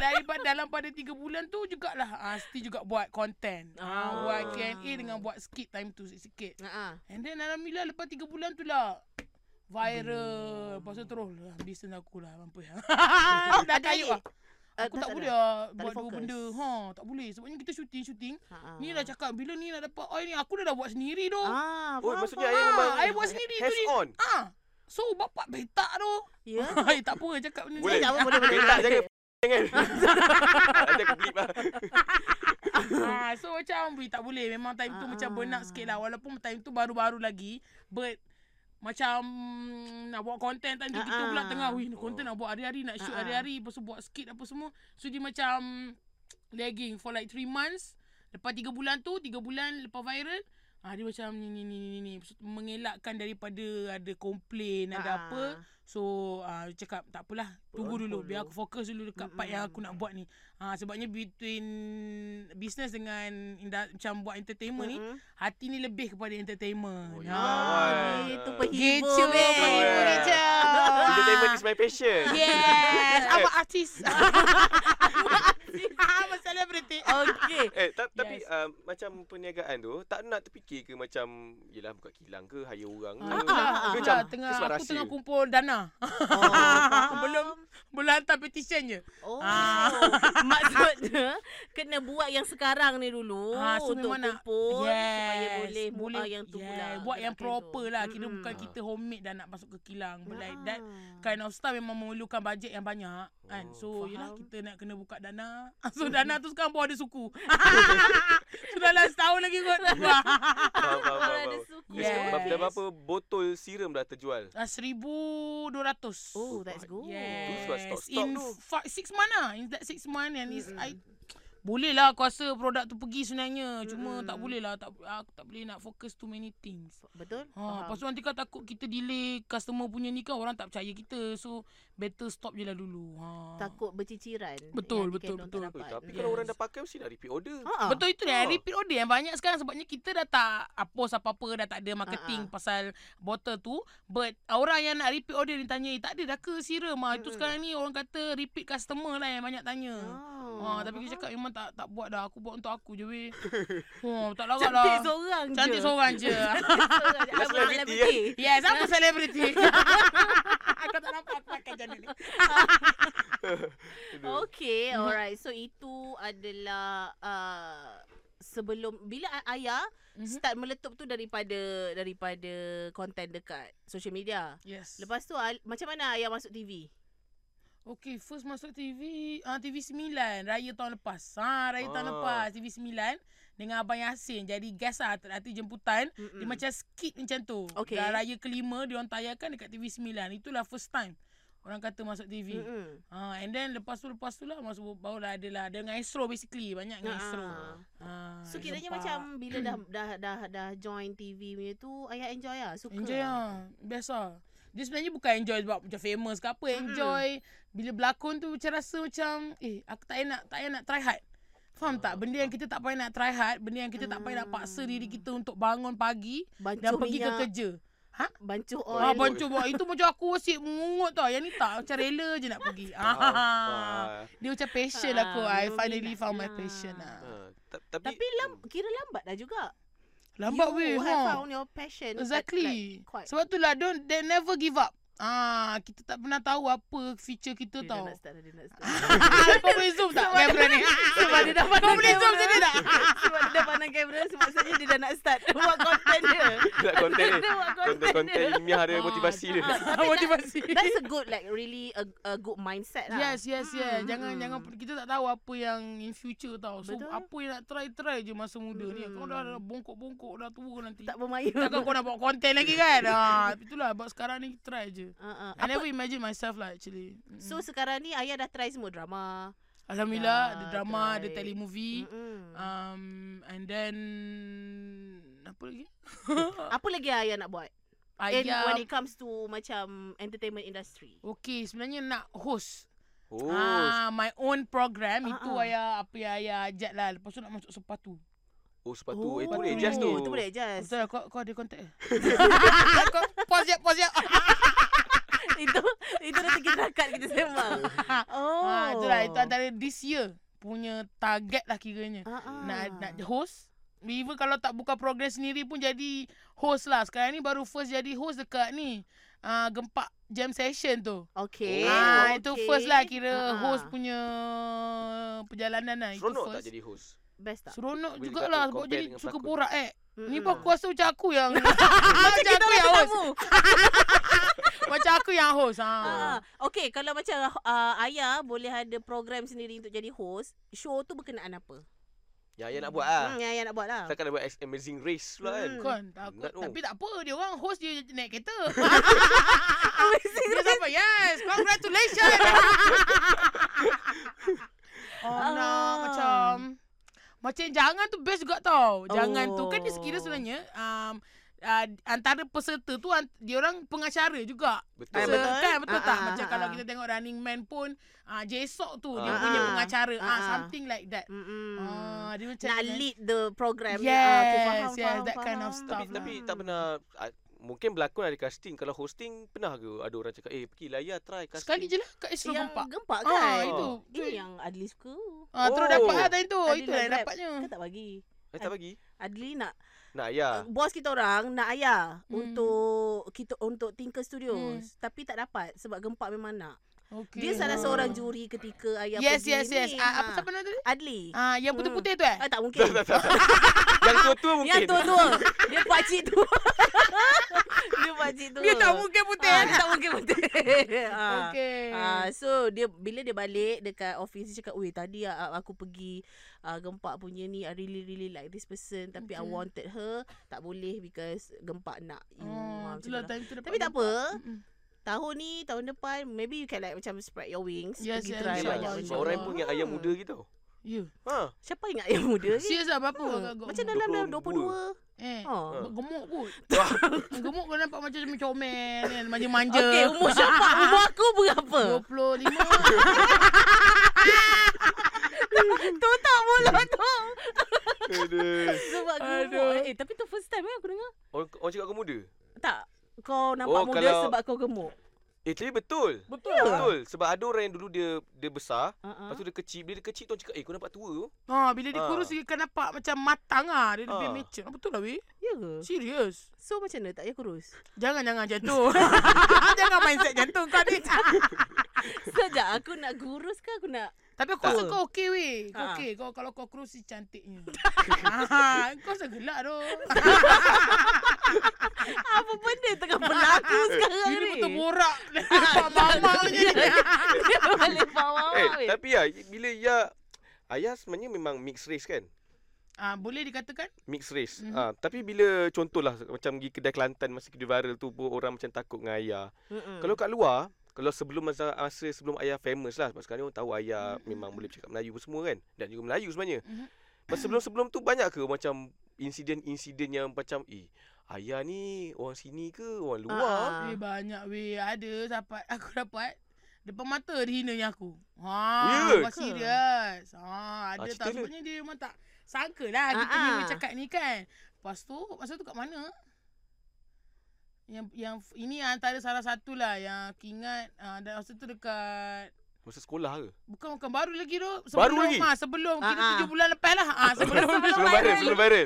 [SPEAKER 3] Daripada dalam pada 3 bulan tu jugalah ah, Siti juga buat content
[SPEAKER 1] Ah.
[SPEAKER 3] ah. Buat Q&A dengan buat skit Time tu sikit-sikit
[SPEAKER 1] Ah, ah.
[SPEAKER 3] And then Alhamdulillah Lepas 3 bulan tu lah Viral Lepas tu terus lah Business aku lah Mampu ya
[SPEAKER 1] Oh,
[SPEAKER 3] Dah
[SPEAKER 1] ada
[SPEAKER 3] kaya
[SPEAKER 1] adik?
[SPEAKER 3] lah
[SPEAKER 1] Eh,
[SPEAKER 3] Aku
[SPEAKER 1] dah
[SPEAKER 3] tak
[SPEAKER 1] tak
[SPEAKER 3] boleh
[SPEAKER 1] ada?
[SPEAKER 3] lah
[SPEAKER 1] Tak
[SPEAKER 3] Buat
[SPEAKER 1] ada
[SPEAKER 3] dua
[SPEAKER 1] fokus?
[SPEAKER 3] benda ha, Tak boleh Sebabnya kita syuting-syuting
[SPEAKER 1] Ah, ah.
[SPEAKER 3] Ni dah cakap Bila ni nak dapat oil ni Aku dah dah buat sendiri tu ah.
[SPEAKER 1] Ah,
[SPEAKER 2] Oh,
[SPEAKER 1] faham,
[SPEAKER 2] maksudnya
[SPEAKER 1] faham.
[SPEAKER 2] ayah memang
[SPEAKER 3] ayah buat sendiri tu
[SPEAKER 2] hands
[SPEAKER 3] ni. Ah,
[SPEAKER 2] on.
[SPEAKER 3] So bapak betak tu
[SPEAKER 1] Ya.
[SPEAKER 3] Eh, tak apa cakap benda
[SPEAKER 2] Boleh.
[SPEAKER 1] Eh, tak apa, boleh, boleh.
[SPEAKER 2] Betak jangan. Jangan. Nanti aku blip lah.
[SPEAKER 3] ha, so macam we tak boleh memang time tu
[SPEAKER 1] Ah,
[SPEAKER 3] macam
[SPEAKER 1] ah.
[SPEAKER 3] burnout sikit lah walaupun time tu baru-baru lagi but macam nak buat konten time tu
[SPEAKER 1] Ah,
[SPEAKER 3] kita pula
[SPEAKER 1] ah.
[SPEAKER 3] tengah wih konten nak buat hari-hari nak shoot
[SPEAKER 1] Ah, ah.
[SPEAKER 3] hari-hari lepas tu buat skit apa semua so dia macam lagging for like 3 months lepas 3 bulan tu 3 bulan lepas viral Ah dia macam ni ni ni ni ni Lepas tu mengelakkan daripada ada komplain ada
[SPEAKER 1] Ah,
[SPEAKER 3] apa
[SPEAKER 1] ah.
[SPEAKER 3] So uh, cakap tak apalah tunggu
[SPEAKER 1] Hold
[SPEAKER 3] dulu
[SPEAKER 1] dulu.
[SPEAKER 3] biar aku fokus dulu dekat part yang aku nak buat ni. Ha sebabnya between business dengan inda, macam buat entertainment ni
[SPEAKER 1] Mm-mm.
[SPEAKER 3] hati ni lebih kepada entertainment.
[SPEAKER 2] Oh,
[SPEAKER 3] Oh,
[SPEAKER 2] ya.
[SPEAKER 1] Ah,
[SPEAKER 2] Awal.
[SPEAKER 1] itu
[SPEAKER 3] Geja
[SPEAKER 1] penghibur. eh. weh.
[SPEAKER 3] lah, penghibur geja.
[SPEAKER 1] Ah.
[SPEAKER 2] Entertainment is my passion.
[SPEAKER 3] Yes,
[SPEAKER 1] Eh.
[SPEAKER 3] I'm an artist. I'm a celebrity.
[SPEAKER 1] Ah, Okey.
[SPEAKER 2] Eh, ta- tapi
[SPEAKER 3] Yes.
[SPEAKER 2] uh, macam perniagaan tu, tak nak terfikir ke macam, yelah buka kilang ke, hire orang ke?
[SPEAKER 3] Ah,
[SPEAKER 1] ah, ah,
[SPEAKER 3] itulah,
[SPEAKER 2] Ke
[SPEAKER 3] aku
[SPEAKER 2] macam,
[SPEAKER 3] dah tengah
[SPEAKER 2] tu sebab
[SPEAKER 3] aku
[SPEAKER 2] rahsia.
[SPEAKER 3] tengah kumpul dana.
[SPEAKER 1] Oh, faham.
[SPEAKER 3] Belum Boleh hantar petition je.
[SPEAKER 1] Oh.
[SPEAKER 3] Ah.
[SPEAKER 1] Maksudnya kena buat yang sekarang ni dulu
[SPEAKER 3] Ah, so
[SPEAKER 1] untuk
[SPEAKER 3] memang nak-
[SPEAKER 1] kumpul supaya boleh
[SPEAKER 3] boleh-
[SPEAKER 1] buat yang tu pula.
[SPEAKER 3] Buat yang
[SPEAKER 1] gerakan
[SPEAKER 3] proper
[SPEAKER 1] tu.
[SPEAKER 3] lah. Kira
[SPEAKER 1] Mm-mm.
[SPEAKER 3] bukan kita homemade dan nak masuk ke kilang. But like that Kan-
[SPEAKER 1] Ah.
[SPEAKER 3] kind of stuff memang memerlukan bajet yang banyak kan.
[SPEAKER 2] Oh,
[SPEAKER 3] So yelah
[SPEAKER 1] faham.
[SPEAKER 3] kita nak kena buka dana. So dana tu sekarang baru ada suku. Sudah lah setahun lagi kot.
[SPEAKER 2] Faham, faham,
[SPEAKER 1] Orang
[SPEAKER 2] faham,
[SPEAKER 1] ada
[SPEAKER 2] faham.
[SPEAKER 1] suku.
[SPEAKER 2] Yes.
[SPEAKER 3] Yes.
[SPEAKER 2] Dah berapa botol serum dah terjual?
[SPEAKER 3] Dah Ah, seribu dua ratus.
[SPEAKER 1] Oh, that's good.
[SPEAKER 2] Tu
[SPEAKER 3] Yes.
[SPEAKER 2] sebab stok-stok
[SPEAKER 3] In
[SPEAKER 2] tu. Hmm.
[SPEAKER 3] fa- six month lah. In that six month and it's,
[SPEAKER 1] Mm-mm.
[SPEAKER 3] I, boleh lah aku rasa produk tu pergi sebenarnya. Cuma
[SPEAKER 2] Hmm.
[SPEAKER 1] Mm-mm.
[SPEAKER 3] tak boleh lah. Tak, aku tak boleh nak focus too many things.
[SPEAKER 1] Betul?
[SPEAKER 3] Ha, lepas tu nanti kan takut kita delay customer punya ni kan orang tak percaya kita. So better stop je lah dulu. Ha.
[SPEAKER 1] Takut berciciran.
[SPEAKER 3] Betul,
[SPEAKER 1] yang
[SPEAKER 3] betul,
[SPEAKER 1] Decathlon tak
[SPEAKER 3] betul.
[SPEAKER 2] Ui,
[SPEAKER 1] dapat.
[SPEAKER 2] Eh, tapi
[SPEAKER 1] Mm.
[SPEAKER 2] kalau
[SPEAKER 3] Yes.
[SPEAKER 2] orang dah pakai mesti dah repeat order.
[SPEAKER 1] Ah, ah.
[SPEAKER 3] Betul itu dah
[SPEAKER 2] Ah.
[SPEAKER 3] repeat order yang banyak sekarang sebabnya kita dah tak ah, post apa-apa dah tak ada marketing
[SPEAKER 1] Ah,
[SPEAKER 3] uh-huh. pasal botol tu but orang yang nak repeat order ni tanya "Eh, tak ada dah ke serum ah itu
[SPEAKER 1] Mm-mm.
[SPEAKER 3] sekarang ni orang kata repeat customer lah yang banyak tanya.
[SPEAKER 1] Oh.
[SPEAKER 3] Ha, tapi kita cakap memang tak tak buat dah aku buat untuk aku je weh. Oh tak larat
[SPEAKER 1] cantik
[SPEAKER 3] lah.
[SPEAKER 1] seorang je.
[SPEAKER 3] Cantik seorang
[SPEAKER 1] seorang.
[SPEAKER 3] je.
[SPEAKER 1] je.
[SPEAKER 2] Dia
[SPEAKER 1] Abang
[SPEAKER 2] selebriti,
[SPEAKER 1] selebriti.
[SPEAKER 3] yes, aku selebriti. aku tak nampak aku pakai jadi ni.
[SPEAKER 2] Aduh.
[SPEAKER 1] Okay,
[SPEAKER 3] Mhm.
[SPEAKER 1] alright. So itu adalah uh, sebelum bila A- ayah
[SPEAKER 3] Mhm.
[SPEAKER 1] start meletup tu daripada daripada konten dekat social media.
[SPEAKER 3] Yes.
[SPEAKER 1] Lepas tu Al- macam mana ayah masuk TV?
[SPEAKER 3] Okay, first masuk TV ah TV 9 Raya tahun lepas. Ha, Raya tahun
[SPEAKER 2] Ah.
[SPEAKER 3] lepas TV 9 dengan Abang Yasin. Jadi guest lah hati jemputan.
[SPEAKER 1] Mm-mm.
[SPEAKER 3] Dia macam skit macam tu.
[SPEAKER 1] Okay.
[SPEAKER 3] Dah Raya kelima dia orang tayangkan dekat TV 9. Itulah first time orang kata masuk TV. Mm-hmm.
[SPEAKER 1] Mm-mm.
[SPEAKER 3] Ha, and then lepas tu lepas tu lah masuk baru lah ada lah dengan Astro basically banyak dengan Astro.
[SPEAKER 1] Ah.
[SPEAKER 3] Ha,
[SPEAKER 1] So kiranya
[SPEAKER 3] nampak.
[SPEAKER 1] macam bila dah dah dah dah join TV punya tu ayah enjoy lah suka.
[SPEAKER 3] Enjoy lah. Biasa. Dia sebenarnya bukan enjoy sebab macam famous ke apa. Enjoy bila berlakon tu macam rasa macam eh aku tak payah nak, tak payah nak try hard. Faham
[SPEAKER 1] Ah,
[SPEAKER 3] tak? Benda yang kita tak payah nak try hard. Benda yang kita tak payah nak
[SPEAKER 1] Mm.
[SPEAKER 3] paksa diri kita untuk bangun pagi
[SPEAKER 1] Bancuh
[SPEAKER 3] dan pergi ke
[SPEAKER 1] minyak,
[SPEAKER 3] kerja. Ha?
[SPEAKER 1] bancuh oil.
[SPEAKER 3] Ah, bancuh buat. Itu macam aku asyik mengungut tau. Yang ni tak. Macam rela je nak pergi.
[SPEAKER 2] Faham,
[SPEAKER 3] Ah.
[SPEAKER 2] faham.
[SPEAKER 3] Dia macam passion
[SPEAKER 1] Ah,
[SPEAKER 3] aku. I
[SPEAKER 1] memang
[SPEAKER 3] finally
[SPEAKER 1] minat
[SPEAKER 3] found my
[SPEAKER 1] lah.
[SPEAKER 3] passion lah.
[SPEAKER 2] Ah, ta- Tapi,
[SPEAKER 1] Tapi lam, kira lambat dah juga.
[SPEAKER 3] Lambat weh.
[SPEAKER 1] you have
[SPEAKER 3] ha.
[SPEAKER 1] found your passion. but
[SPEAKER 3] Exactly.
[SPEAKER 1] Like, quite.
[SPEAKER 3] Sebab tu lah don't they never give up. Ah, kita tak pernah tahu apa feature kita
[SPEAKER 1] dia
[SPEAKER 3] tau.
[SPEAKER 1] Dah nak start, dah, dia nak start.
[SPEAKER 3] Ah, Kau boleh zoom tak? Kamera ni.
[SPEAKER 1] Sebab dia dah pandang
[SPEAKER 3] Kau boleh zoom macam
[SPEAKER 1] kamera.
[SPEAKER 3] dia tak?
[SPEAKER 1] Sebab dia dah pandang kamera so Maksudnya dia dah nak start Buat konten dia
[SPEAKER 2] nak konten ni.
[SPEAKER 1] Dia buat konten
[SPEAKER 2] Konten-konten ilmiah dia,
[SPEAKER 3] Ah,
[SPEAKER 2] motivasi dia.
[SPEAKER 1] Ah, tapi
[SPEAKER 3] Motivasi.
[SPEAKER 1] that- That's a good like Really a, a good mindset lah
[SPEAKER 3] Yes, yes, yes.
[SPEAKER 1] Mm,
[SPEAKER 3] Jangan,
[SPEAKER 1] mm.
[SPEAKER 3] jangan. Kita tak tahu apa yang in future tau. So,
[SPEAKER 1] Betul.
[SPEAKER 3] apa yang nak try, try je masa muda ni. Kau dah
[SPEAKER 1] Mm.
[SPEAKER 3] dah bongkok-bongkok, dah tua nanti.
[SPEAKER 1] Tak bermain
[SPEAKER 3] Takkan kau nak buat konten lagi kan? Ah, itulah. But sekarang ni, try je.
[SPEAKER 1] Ah, ah.
[SPEAKER 3] I never imagine myself lah actually. Mm.
[SPEAKER 1] So sekarang ni Ayah dah try semua drama dah
[SPEAKER 3] Alhamdulillah, ada drama, ada
[SPEAKER 1] try.
[SPEAKER 3] telemovie.
[SPEAKER 1] Mm-mm.
[SPEAKER 3] Um, and then apa lagi?
[SPEAKER 1] Apa lagi yang Ayah nak buat And when
[SPEAKER 3] Ayam.
[SPEAKER 1] it comes to Macam Entertainment industry
[SPEAKER 3] Okay, sebenarnya nak host.
[SPEAKER 2] Oh,
[SPEAKER 3] Oh. Ah, my own program
[SPEAKER 1] Ah,
[SPEAKER 3] itu
[SPEAKER 1] ah.
[SPEAKER 3] ayah apa yang ayah ajak lah. Lepas tu nak masuk sepatu.
[SPEAKER 2] oh sepatu. Eh, tu
[SPEAKER 1] Oh,
[SPEAKER 2] boleh adjust tu.
[SPEAKER 1] Tu boleh adjust
[SPEAKER 3] Betul lah, kau, kau ada kontak ke? kau pause je, pause je.
[SPEAKER 1] Itu Itu nanti kita rakat Kita sembang Oh
[SPEAKER 3] Ah, itulah itu antara this year punya target lah kiranya.
[SPEAKER 1] Ah, ah.
[SPEAKER 3] Nak nak host. Even kalau tak buka progress sendiri pun jadi host lah. Sekarang ni baru first jadi host dekat ni. Ah, gempak jam session tu.
[SPEAKER 1] Okay.
[SPEAKER 3] ah, itu
[SPEAKER 1] okay.
[SPEAKER 3] first lah kira
[SPEAKER 1] Ah, ah.
[SPEAKER 3] host punya perjalanan lah. Itu
[SPEAKER 2] Seronok tak
[SPEAKER 3] first.
[SPEAKER 2] jadi host?
[SPEAKER 1] Best tak?
[SPEAKER 3] Seronok
[SPEAKER 2] Boleh
[SPEAKER 3] jugalah
[SPEAKER 2] kata
[SPEAKER 3] sebab
[SPEAKER 2] compare
[SPEAKER 3] jadi
[SPEAKER 2] dengan
[SPEAKER 3] suka
[SPEAKER 2] pelakon. Hmm.
[SPEAKER 3] borak eh.
[SPEAKER 1] Mm-mm.
[SPEAKER 3] Ni pun aku rasa macam aku yang Macam
[SPEAKER 1] Kita orang
[SPEAKER 3] aku yang ya, host
[SPEAKER 1] tetamu.
[SPEAKER 3] Macam aku yang host ha.
[SPEAKER 1] Ah, okay, kalau macam uh, Ayah boleh ada program sendiri untuk jadi host, show tu berkenaan apa?
[SPEAKER 2] Yang ayah nak buat lah.
[SPEAKER 1] Hmm, yang Ayah nak buat lah.
[SPEAKER 2] Takkan nak buat ex- amazing race pula kan.
[SPEAKER 1] Hmm.
[SPEAKER 3] Kan takut
[SPEAKER 2] Penat tu.
[SPEAKER 3] Tapi tak apa Dia orang host dia naik kereta Dia sampai Yes Congratulations Oh
[SPEAKER 1] Ah.
[SPEAKER 3] no Macam Macam jangan tu best juga tau Jangan tu Kan dia
[SPEAKER 1] Oh.
[SPEAKER 3] sekira sebenarnya um, uh, Antara peserta tu an- Dia orang pengacara juga
[SPEAKER 2] Betul.
[SPEAKER 1] Ah,
[SPEAKER 3] Betul.
[SPEAKER 1] betul.
[SPEAKER 2] betul.
[SPEAKER 3] Kan betul
[SPEAKER 1] Ah,
[SPEAKER 3] tak?
[SPEAKER 1] ah,
[SPEAKER 3] Macam
[SPEAKER 1] ah,
[SPEAKER 3] kalau
[SPEAKER 1] ah.
[SPEAKER 3] kita tengok Running Man pun ah Jesok tu dia
[SPEAKER 2] Ah,
[SPEAKER 3] punya
[SPEAKER 1] ah.
[SPEAKER 3] pengacara
[SPEAKER 1] Ah,
[SPEAKER 3] ah
[SPEAKER 1] ah.
[SPEAKER 3] something like that.
[SPEAKER 1] Mm-mm.
[SPEAKER 3] Ah dia macam
[SPEAKER 1] Nak lead the program.
[SPEAKER 3] Yes,
[SPEAKER 1] Ah, okay, faham,
[SPEAKER 3] yes,
[SPEAKER 1] faham,
[SPEAKER 3] that kind
[SPEAKER 1] faham.
[SPEAKER 3] of
[SPEAKER 2] Tapi,
[SPEAKER 3] stuff lah.
[SPEAKER 2] tapi tak pernah ah, Mungkin berlakon ada casting Kalau hosting Pernah ke ada orang cakap Eh pergi layak try casting
[SPEAKER 3] Sekali je lah kat Islam
[SPEAKER 1] Yang
[SPEAKER 3] Gempak.
[SPEAKER 1] gempak kan?
[SPEAKER 3] Ah itu.
[SPEAKER 1] Ini yang Adli suka.
[SPEAKER 3] Ah terus
[SPEAKER 2] Oh.
[SPEAKER 3] dapat lah tadi tu.
[SPEAKER 1] Adli
[SPEAKER 3] Itulah yang
[SPEAKER 1] grab.
[SPEAKER 3] dapatnya.
[SPEAKER 1] Kan tak bagi.
[SPEAKER 2] Eh tak bagi
[SPEAKER 1] Adli nak
[SPEAKER 2] Nak ya. ayah
[SPEAKER 1] uh, bos kita orang nak ayah
[SPEAKER 3] Ah. Hmm.
[SPEAKER 1] untuk kita untuk Tinker Studios
[SPEAKER 3] Hmm.
[SPEAKER 1] tapi tak dapat sebab gempak memang nak.
[SPEAKER 3] Okay.
[SPEAKER 1] Dia salah
[SPEAKER 3] Ah.
[SPEAKER 1] seorang juri ketika Ayah
[SPEAKER 3] Yes,
[SPEAKER 1] pergi
[SPEAKER 3] yes,
[SPEAKER 1] ni.
[SPEAKER 3] yes. Ah, apa
[SPEAKER 1] Ha.
[SPEAKER 3] siapa nama tadi?
[SPEAKER 1] Adli.
[SPEAKER 3] Ah, yang putih-putih tu eh?
[SPEAKER 1] Ah, tak mungkin.
[SPEAKER 2] Tak, tak, tak. tak. Yang tua-tua mungkin.
[SPEAKER 1] Yang tua-tua. Dia pakcik tua. dia pakcik tua.
[SPEAKER 3] Dia tak mungkin putih.
[SPEAKER 1] Ah,
[SPEAKER 3] eh?
[SPEAKER 1] dia tak mungkin putih. Ah.
[SPEAKER 3] Okay.
[SPEAKER 1] Ah, so dia bila dia balik dekat office dia cakap, "Oi, tadi ah, ah, aku pergi ah, gempak punya ni. I really really like this person tapi I
[SPEAKER 3] Okay.
[SPEAKER 1] wanted her. Tak boleh because gempak nak you."
[SPEAKER 3] Oh,
[SPEAKER 1] Ah, macam
[SPEAKER 3] itulah
[SPEAKER 1] tu lah.
[SPEAKER 3] time tu dapat
[SPEAKER 1] Tapi tak
[SPEAKER 3] nampak.
[SPEAKER 1] apa.
[SPEAKER 3] Mm-mm.
[SPEAKER 1] Tahun ni, tahun depan maybe you can like macam spread your wings.
[SPEAKER 3] Yes,
[SPEAKER 2] Ya,
[SPEAKER 1] pergi try
[SPEAKER 3] yes, insyaAllah,
[SPEAKER 1] banyak
[SPEAKER 3] insyaAllah.
[SPEAKER 2] Sebab orang pun yang ayah muda gitu.
[SPEAKER 3] You.
[SPEAKER 2] Ha.
[SPEAKER 1] Siapa ingat yang muda ni?
[SPEAKER 3] Serius Ya, lah berapa
[SPEAKER 1] Hmm.
[SPEAKER 3] kakak
[SPEAKER 1] Macam dalam dalam 22.
[SPEAKER 2] 22.
[SPEAKER 3] Eh.
[SPEAKER 1] Oh.
[SPEAKER 3] Gemuk kot. Gemuk kau nampak macam macam comel kan. Manja-manja.
[SPEAKER 1] Okey, umur siapa? Umur aku berapa?
[SPEAKER 3] 25.
[SPEAKER 1] tu tak mulut tu.
[SPEAKER 2] Aduh.
[SPEAKER 1] Sebab gemuk.
[SPEAKER 3] Aduh.
[SPEAKER 1] Eh, tapi tu first time eh aku dengar.
[SPEAKER 2] Orang, orang cakap kau muda?
[SPEAKER 1] Tak. Kau nampak
[SPEAKER 2] Oh,
[SPEAKER 1] muda
[SPEAKER 2] kalau-
[SPEAKER 1] sebab kau gemuk.
[SPEAKER 2] Eh, tapi betul.
[SPEAKER 3] Betul
[SPEAKER 2] Betul. Sebab ada orang yang dulu dia dia besar.
[SPEAKER 1] Uh-huh.
[SPEAKER 2] Lepas tu dia kecil. Bila dia kecil, tu orang cakap, eh, kau nampak tua tu.
[SPEAKER 3] Ha, bila dia
[SPEAKER 2] Ah.
[SPEAKER 3] kurus dia akan nampak macam matang ah, dia lebih
[SPEAKER 2] Ah.
[SPEAKER 3] mature. Betul lah weh.
[SPEAKER 1] Ya ke?
[SPEAKER 3] Serius.
[SPEAKER 1] So macam mana? Tak payah kurus?
[SPEAKER 3] Jangan jangan jantung. jangan mindset jantung kau ni.
[SPEAKER 1] Sekejap, aku nak kurus ke aku nak...
[SPEAKER 3] Tapi aku
[SPEAKER 2] Tak.
[SPEAKER 3] rasa kau okey weh. Kau
[SPEAKER 1] Ah.
[SPEAKER 3] okey. Kau kalau kau kurus si cantiknya. ah, kau rasa gelak tu.
[SPEAKER 1] Ah, Apa benda tengah berlaku sekarang
[SPEAKER 3] Eh, Ini
[SPEAKER 1] ni?
[SPEAKER 3] betul borak. Nampak mamak je.
[SPEAKER 1] Dia balik bawah
[SPEAKER 2] Eh,
[SPEAKER 1] weh.
[SPEAKER 2] tapi ya, bila ya... Ayah sebenarnya memang mixed race kan?
[SPEAKER 3] Ah, boleh dikatakan
[SPEAKER 2] Mixed race.
[SPEAKER 3] Mhm.
[SPEAKER 2] Mm-hmm. Ha, tapi bila contohlah macam pergi kedai Kelantan masa video viral tu pun orang macam takut dengan ayah.
[SPEAKER 1] Mm-mm. Ah,
[SPEAKER 2] Kalau kat luar, kalau sebelum masa, masa sebelum ayah famous lah sebab sekarang ni orang tahu
[SPEAKER 1] Hmm,
[SPEAKER 2] ayah
[SPEAKER 3] Mhm.
[SPEAKER 2] memang boleh bercakap Melayu pun semua kan dan juga Melayu sebenarnya.
[SPEAKER 3] Mhm.
[SPEAKER 2] Pas sebelum-sebelum tu banyak ke macam insiden-insiden yang macam eh ayah ni orang sini ke orang luar?
[SPEAKER 1] Ah.
[SPEAKER 3] Eh banyak weh Ada dapat Aku dapat Depan mata dia hinanya aku
[SPEAKER 2] Ya
[SPEAKER 3] Haa
[SPEAKER 2] ke?
[SPEAKER 3] Kau serius Haa Ada
[SPEAKER 2] Ah, cerita
[SPEAKER 3] tak
[SPEAKER 2] dia-
[SPEAKER 3] Sebenarnya dia memang tak Sangka lah Kita
[SPEAKER 1] Ah,
[SPEAKER 3] ni
[SPEAKER 1] ah.
[SPEAKER 3] boleh cakap ni kan Lepas tu Masa tu kat mana yang yang ini antara salah satu lah yang aku ingat uh, dan masa tu dekat
[SPEAKER 2] Masa sekolah ke?
[SPEAKER 3] bukan bukan baru lagi tu
[SPEAKER 2] Baru lagi?
[SPEAKER 3] ha, sebelum
[SPEAKER 1] Ah,
[SPEAKER 3] kira
[SPEAKER 1] ah.
[SPEAKER 3] tujuh bulan lepas lah ha, sebelum
[SPEAKER 2] sebelum viral, sebelum viral.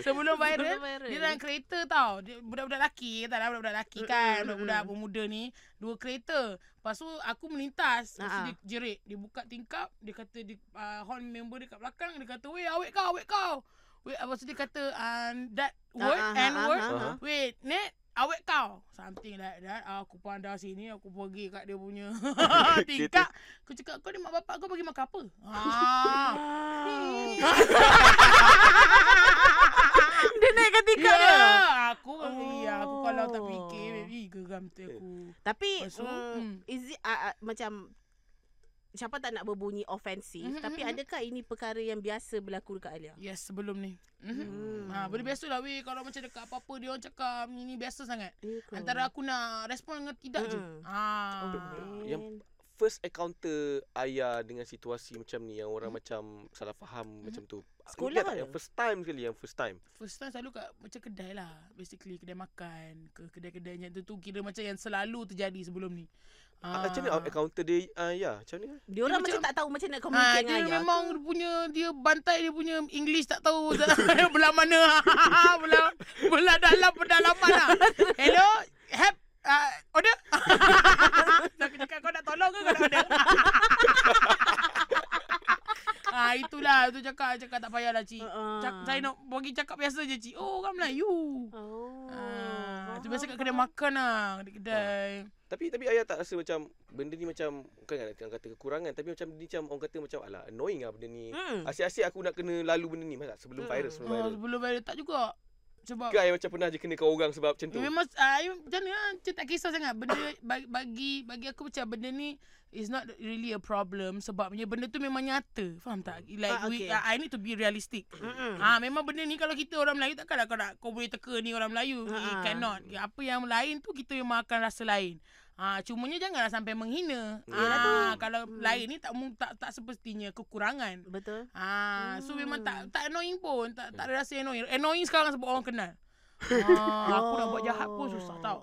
[SPEAKER 3] sebelum viral
[SPEAKER 1] Sebelum viral.
[SPEAKER 3] dia dalam kereta tau. Dia, budak-budak laki, tak lah budak-budak laki kan.
[SPEAKER 1] Mm-mm,
[SPEAKER 3] Budak-budak
[SPEAKER 1] mm-mm.
[SPEAKER 3] pemuda ni. Dua kereta. Lepas tu aku melintas. Lepas tu
[SPEAKER 1] Ha-ha.
[SPEAKER 3] dia jerit. Dia buka tingkap. Dia kata, dia, uh, horn member dekat belakang. Dia kata, weh awet kau, awet kau. Wait, lepas tu dia kata, uh, that word
[SPEAKER 1] Ah, ah,
[SPEAKER 3] and
[SPEAKER 1] ah,
[SPEAKER 3] word.
[SPEAKER 1] ah, ah.
[SPEAKER 3] Wait, net. Awet kau Something like that Ah, Aku pandang sini Aku pergi kat dia punya Tingkap Aku cakap Kau ni mak bapak kau bagi makan apa ah.
[SPEAKER 1] Dia naik ketika
[SPEAKER 3] Ya,
[SPEAKER 1] dia.
[SPEAKER 3] aku ya, aku
[SPEAKER 1] Oh.
[SPEAKER 3] kalau tak fikir baby geram tu aku.
[SPEAKER 1] Tapi
[SPEAKER 3] Lepas tu,
[SPEAKER 1] mm,
[SPEAKER 3] mm.
[SPEAKER 1] is it uh, uh, macam siapa tak nak berbunyi ofensif
[SPEAKER 3] Mhm,
[SPEAKER 1] tapi
[SPEAKER 3] mhm.
[SPEAKER 1] adakah ini perkara yang biasa berlaku dekat Alia?
[SPEAKER 3] Yes, sebelum ni.
[SPEAKER 2] Mm-hmm.
[SPEAKER 3] Mhm.
[SPEAKER 1] Hmm.
[SPEAKER 3] Ha, benda biasa lah weh kalau macam dekat apa-apa dia orang cakap ni, ni biasa sangat.
[SPEAKER 1] Ya ke?
[SPEAKER 3] Antara aku nak respon dengan tidak je.
[SPEAKER 1] Mm-mm.
[SPEAKER 3] Ha.
[SPEAKER 1] Oh,
[SPEAKER 2] Yang
[SPEAKER 1] man.
[SPEAKER 2] first encounter ayah dengan situasi macam ni yang orang macam salah faham macam tu.
[SPEAKER 1] Hmm. Sekolah
[SPEAKER 2] Ingat tak
[SPEAKER 1] ke?
[SPEAKER 2] yang first time sekali yang first time.
[SPEAKER 3] First time selalu kat macam kedai lah. Basically kedai makan ke kedai-kedai macam tu tu kira macam yang selalu terjadi sebelum ni.
[SPEAKER 2] Ah. Macam mana encounter dia ayah? Macam lah. mana?
[SPEAKER 1] dia orang macam,
[SPEAKER 3] dia macam-
[SPEAKER 1] tak tahu macam nak
[SPEAKER 3] Ha,
[SPEAKER 1] communicate dengan
[SPEAKER 3] dia
[SPEAKER 1] ayah.
[SPEAKER 3] memang dia punya dia bantai dia punya English tak tahu tak- belah mana. belah belah dalam pedalaman lah. Hello, help uh, order. Aku cakap kau nak tolong ke kau nak order? ah itulah tu cakap cakap tak payahlah cik.
[SPEAKER 1] Uh-uh.
[SPEAKER 3] Cak, saya nak bagi cakap biasa je cik. Oh orang Melayu.
[SPEAKER 1] Oh.
[SPEAKER 3] Ah,
[SPEAKER 1] faham,
[SPEAKER 3] tu biasa kat kedai
[SPEAKER 1] faham.
[SPEAKER 3] makan lah, kedai-kedai.
[SPEAKER 2] Tapi tapi ayah tak rasa macam benda ni macam bukan nak nak kata kekurangan tapi macam ni macam orang kata macam alah annoying lah benda ni.
[SPEAKER 1] Hmm.
[SPEAKER 2] Asyik-asyik aku nak kena lalu benda ni masa sebelum
[SPEAKER 1] Hmm.
[SPEAKER 2] viral sebelum
[SPEAKER 3] Ah,
[SPEAKER 2] viral.
[SPEAKER 3] sebelum viral tak juga. Sebab
[SPEAKER 2] Ke ayah macam pernah je kenakan orang sebab macam tu.
[SPEAKER 3] Ya, memang uh, macam mana lah, macam tak kisah sangat benda bagi, bagi bagi aku macam benda ni is not really a problem sebabnya benda tu memang nyata faham tak like
[SPEAKER 1] Ah,
[SPEAKER 3] ah,
[SPEAKER 1] okay. Hmm.
[SPEAKER 3] okay. we, uh, I need to be realistic
[SPEAKER 1] Mm-mm.
[SPEAKER 3] Ah memang benda ni kalau kita orang Melayu takkanlah kau nak kau boleh teka ni orang Melayu.
[SPEAKER 1] Ha-ha.
[SPEAKER 3] Ha. cannot. Apa yang lain tu kita memang akan rasa lain. Ah cumanya janganlah sampai menghina.
[SPEAKER 2] Yalah tu.
[SPEAKER 3] Ah kalau
[SPEAKER 1] Ya. Hmm.
[SPEAKER 3] lain ni tak mu- tak tak sepertinya kekurangan.
[SPEAKER 1] Betul.
[SPEAKER 3] Ah, so memang
[SPEAKER 1] Hmm.
[SPEAKER 3] tak tak annoying pun. Tak tak ada rasa annoying. Annoying sekarang sebab orang kenal. Ah, aku nak buat jahat pun susah tau.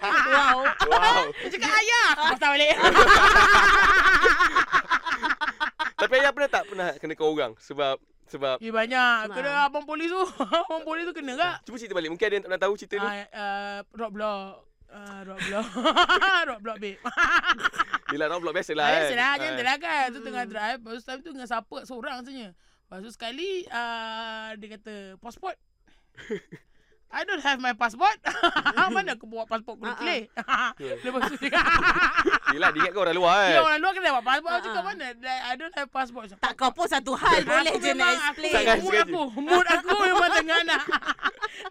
[SPEAKER 1] wow.
[SPEAKER 2] Wow.
[SPEAKER 3] Dia cakap ayah, aku pasal balik.
[SPEAKER 2] tapi ayah pernah tak pernah kenakan orang sebab sebab
[SPEAKER 3] Eh banyak. Kena
[SPEAKER 1] Nah.
[SPEAKER 3] abang polis tu. abang polis tu kena tak?
[SPEAKER 2] cuba cerita balik mungkin ada yang tak pernah tahu cerita ni.
[SPEAKER 3] Ah, uh, eh, roadblock. Uh, rock block. rock block, babe.
[SPEAKER 2] Yelah, orang blok biasa lah
[SPEAKER 3] Lah,
[SPEAKER 2] kan.
[SPEAKER 3] Biasalah, macam
[SPEAKER 2] Ah.
[SPEAKER 3] tu lah kan. Tu tengah
[SPEAKER 1] Mm.
[SPEAKER 3] drive. Lepas tu time tu dengan siapa seorang sebenarnya. Lepas tu sekali, uh, dia kata, passport. I don't have my passport. Mana aku bawa passport kulit
[SPEAKER 1] Ah, ah.
[SPEAKER 3] kelih.
[SPEAKER 2] Yeah.
[SPEAKER 3] Lepas tu dia
[SPEAKER 2] Yelah, dia ingat kau orang luar
[SPEAKER 3] Dia
[SPEAKER 2] kan.
[SPEAKER 3] orang luar kena dapat passport. Aku
[SPEAKER 1] Ah,
[SPEAKER 3] cakap
[SPEAKER 1] ah.
[SPEAKER 3] mana? Like, I don't have passport. Cakap,
[SPEAKER 1] Tak kau pun satu hal boleh
[SPEAKER 3] Aku
[SPEAKER 1] je nak
[SPEAKER 3] memang-
[SPEAKER 1] explain.
[SPEAKER 2] Sangat
[SPEAKER 3] Aku, mood
[SPEAKER 2] sengaja.
[SPEAKER 3] aku, mood aku memang tengah nak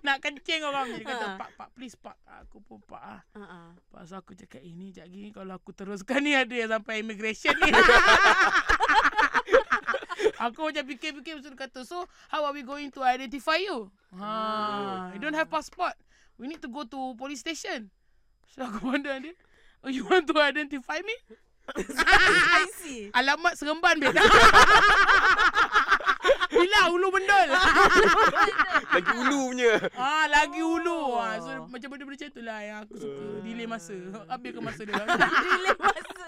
[SPEAKER 3] nak kencing orang. Dia kata,
[SPEAKER 1] Ah.
[SPEAKER 3] pak, pak, please pak. Aku pun pak ah.
[SPEAKER 1] Ah, ah.
[SPEAKER 3] Lepas tu aku cakap, ini eh, jap gini kalau aku teruskan ni ada yang sampai immigration ni. aku macam fikir-fikir lepas tu dia kata, so how are we going to identify you? Ha, you don't have passport. We need to go to police station. So aku pandang dia, oh, you want to identify me?
[SPEAKER 1] Ah, I see.
[SPEAKER 3] Alamat seremban beta. Bila ulu bendol.
[SPEAKER 2] Lagi ulu punya.
[SPEAKER 3] ah lagi ulu. Ah, so
[SPEAKER 1] Oh.
[SPEAKER 3] macam benda-benda macam tu lah yang aku suka. Delay masa. Habis ke masa dia.
[SPEAKER 1] Delay masa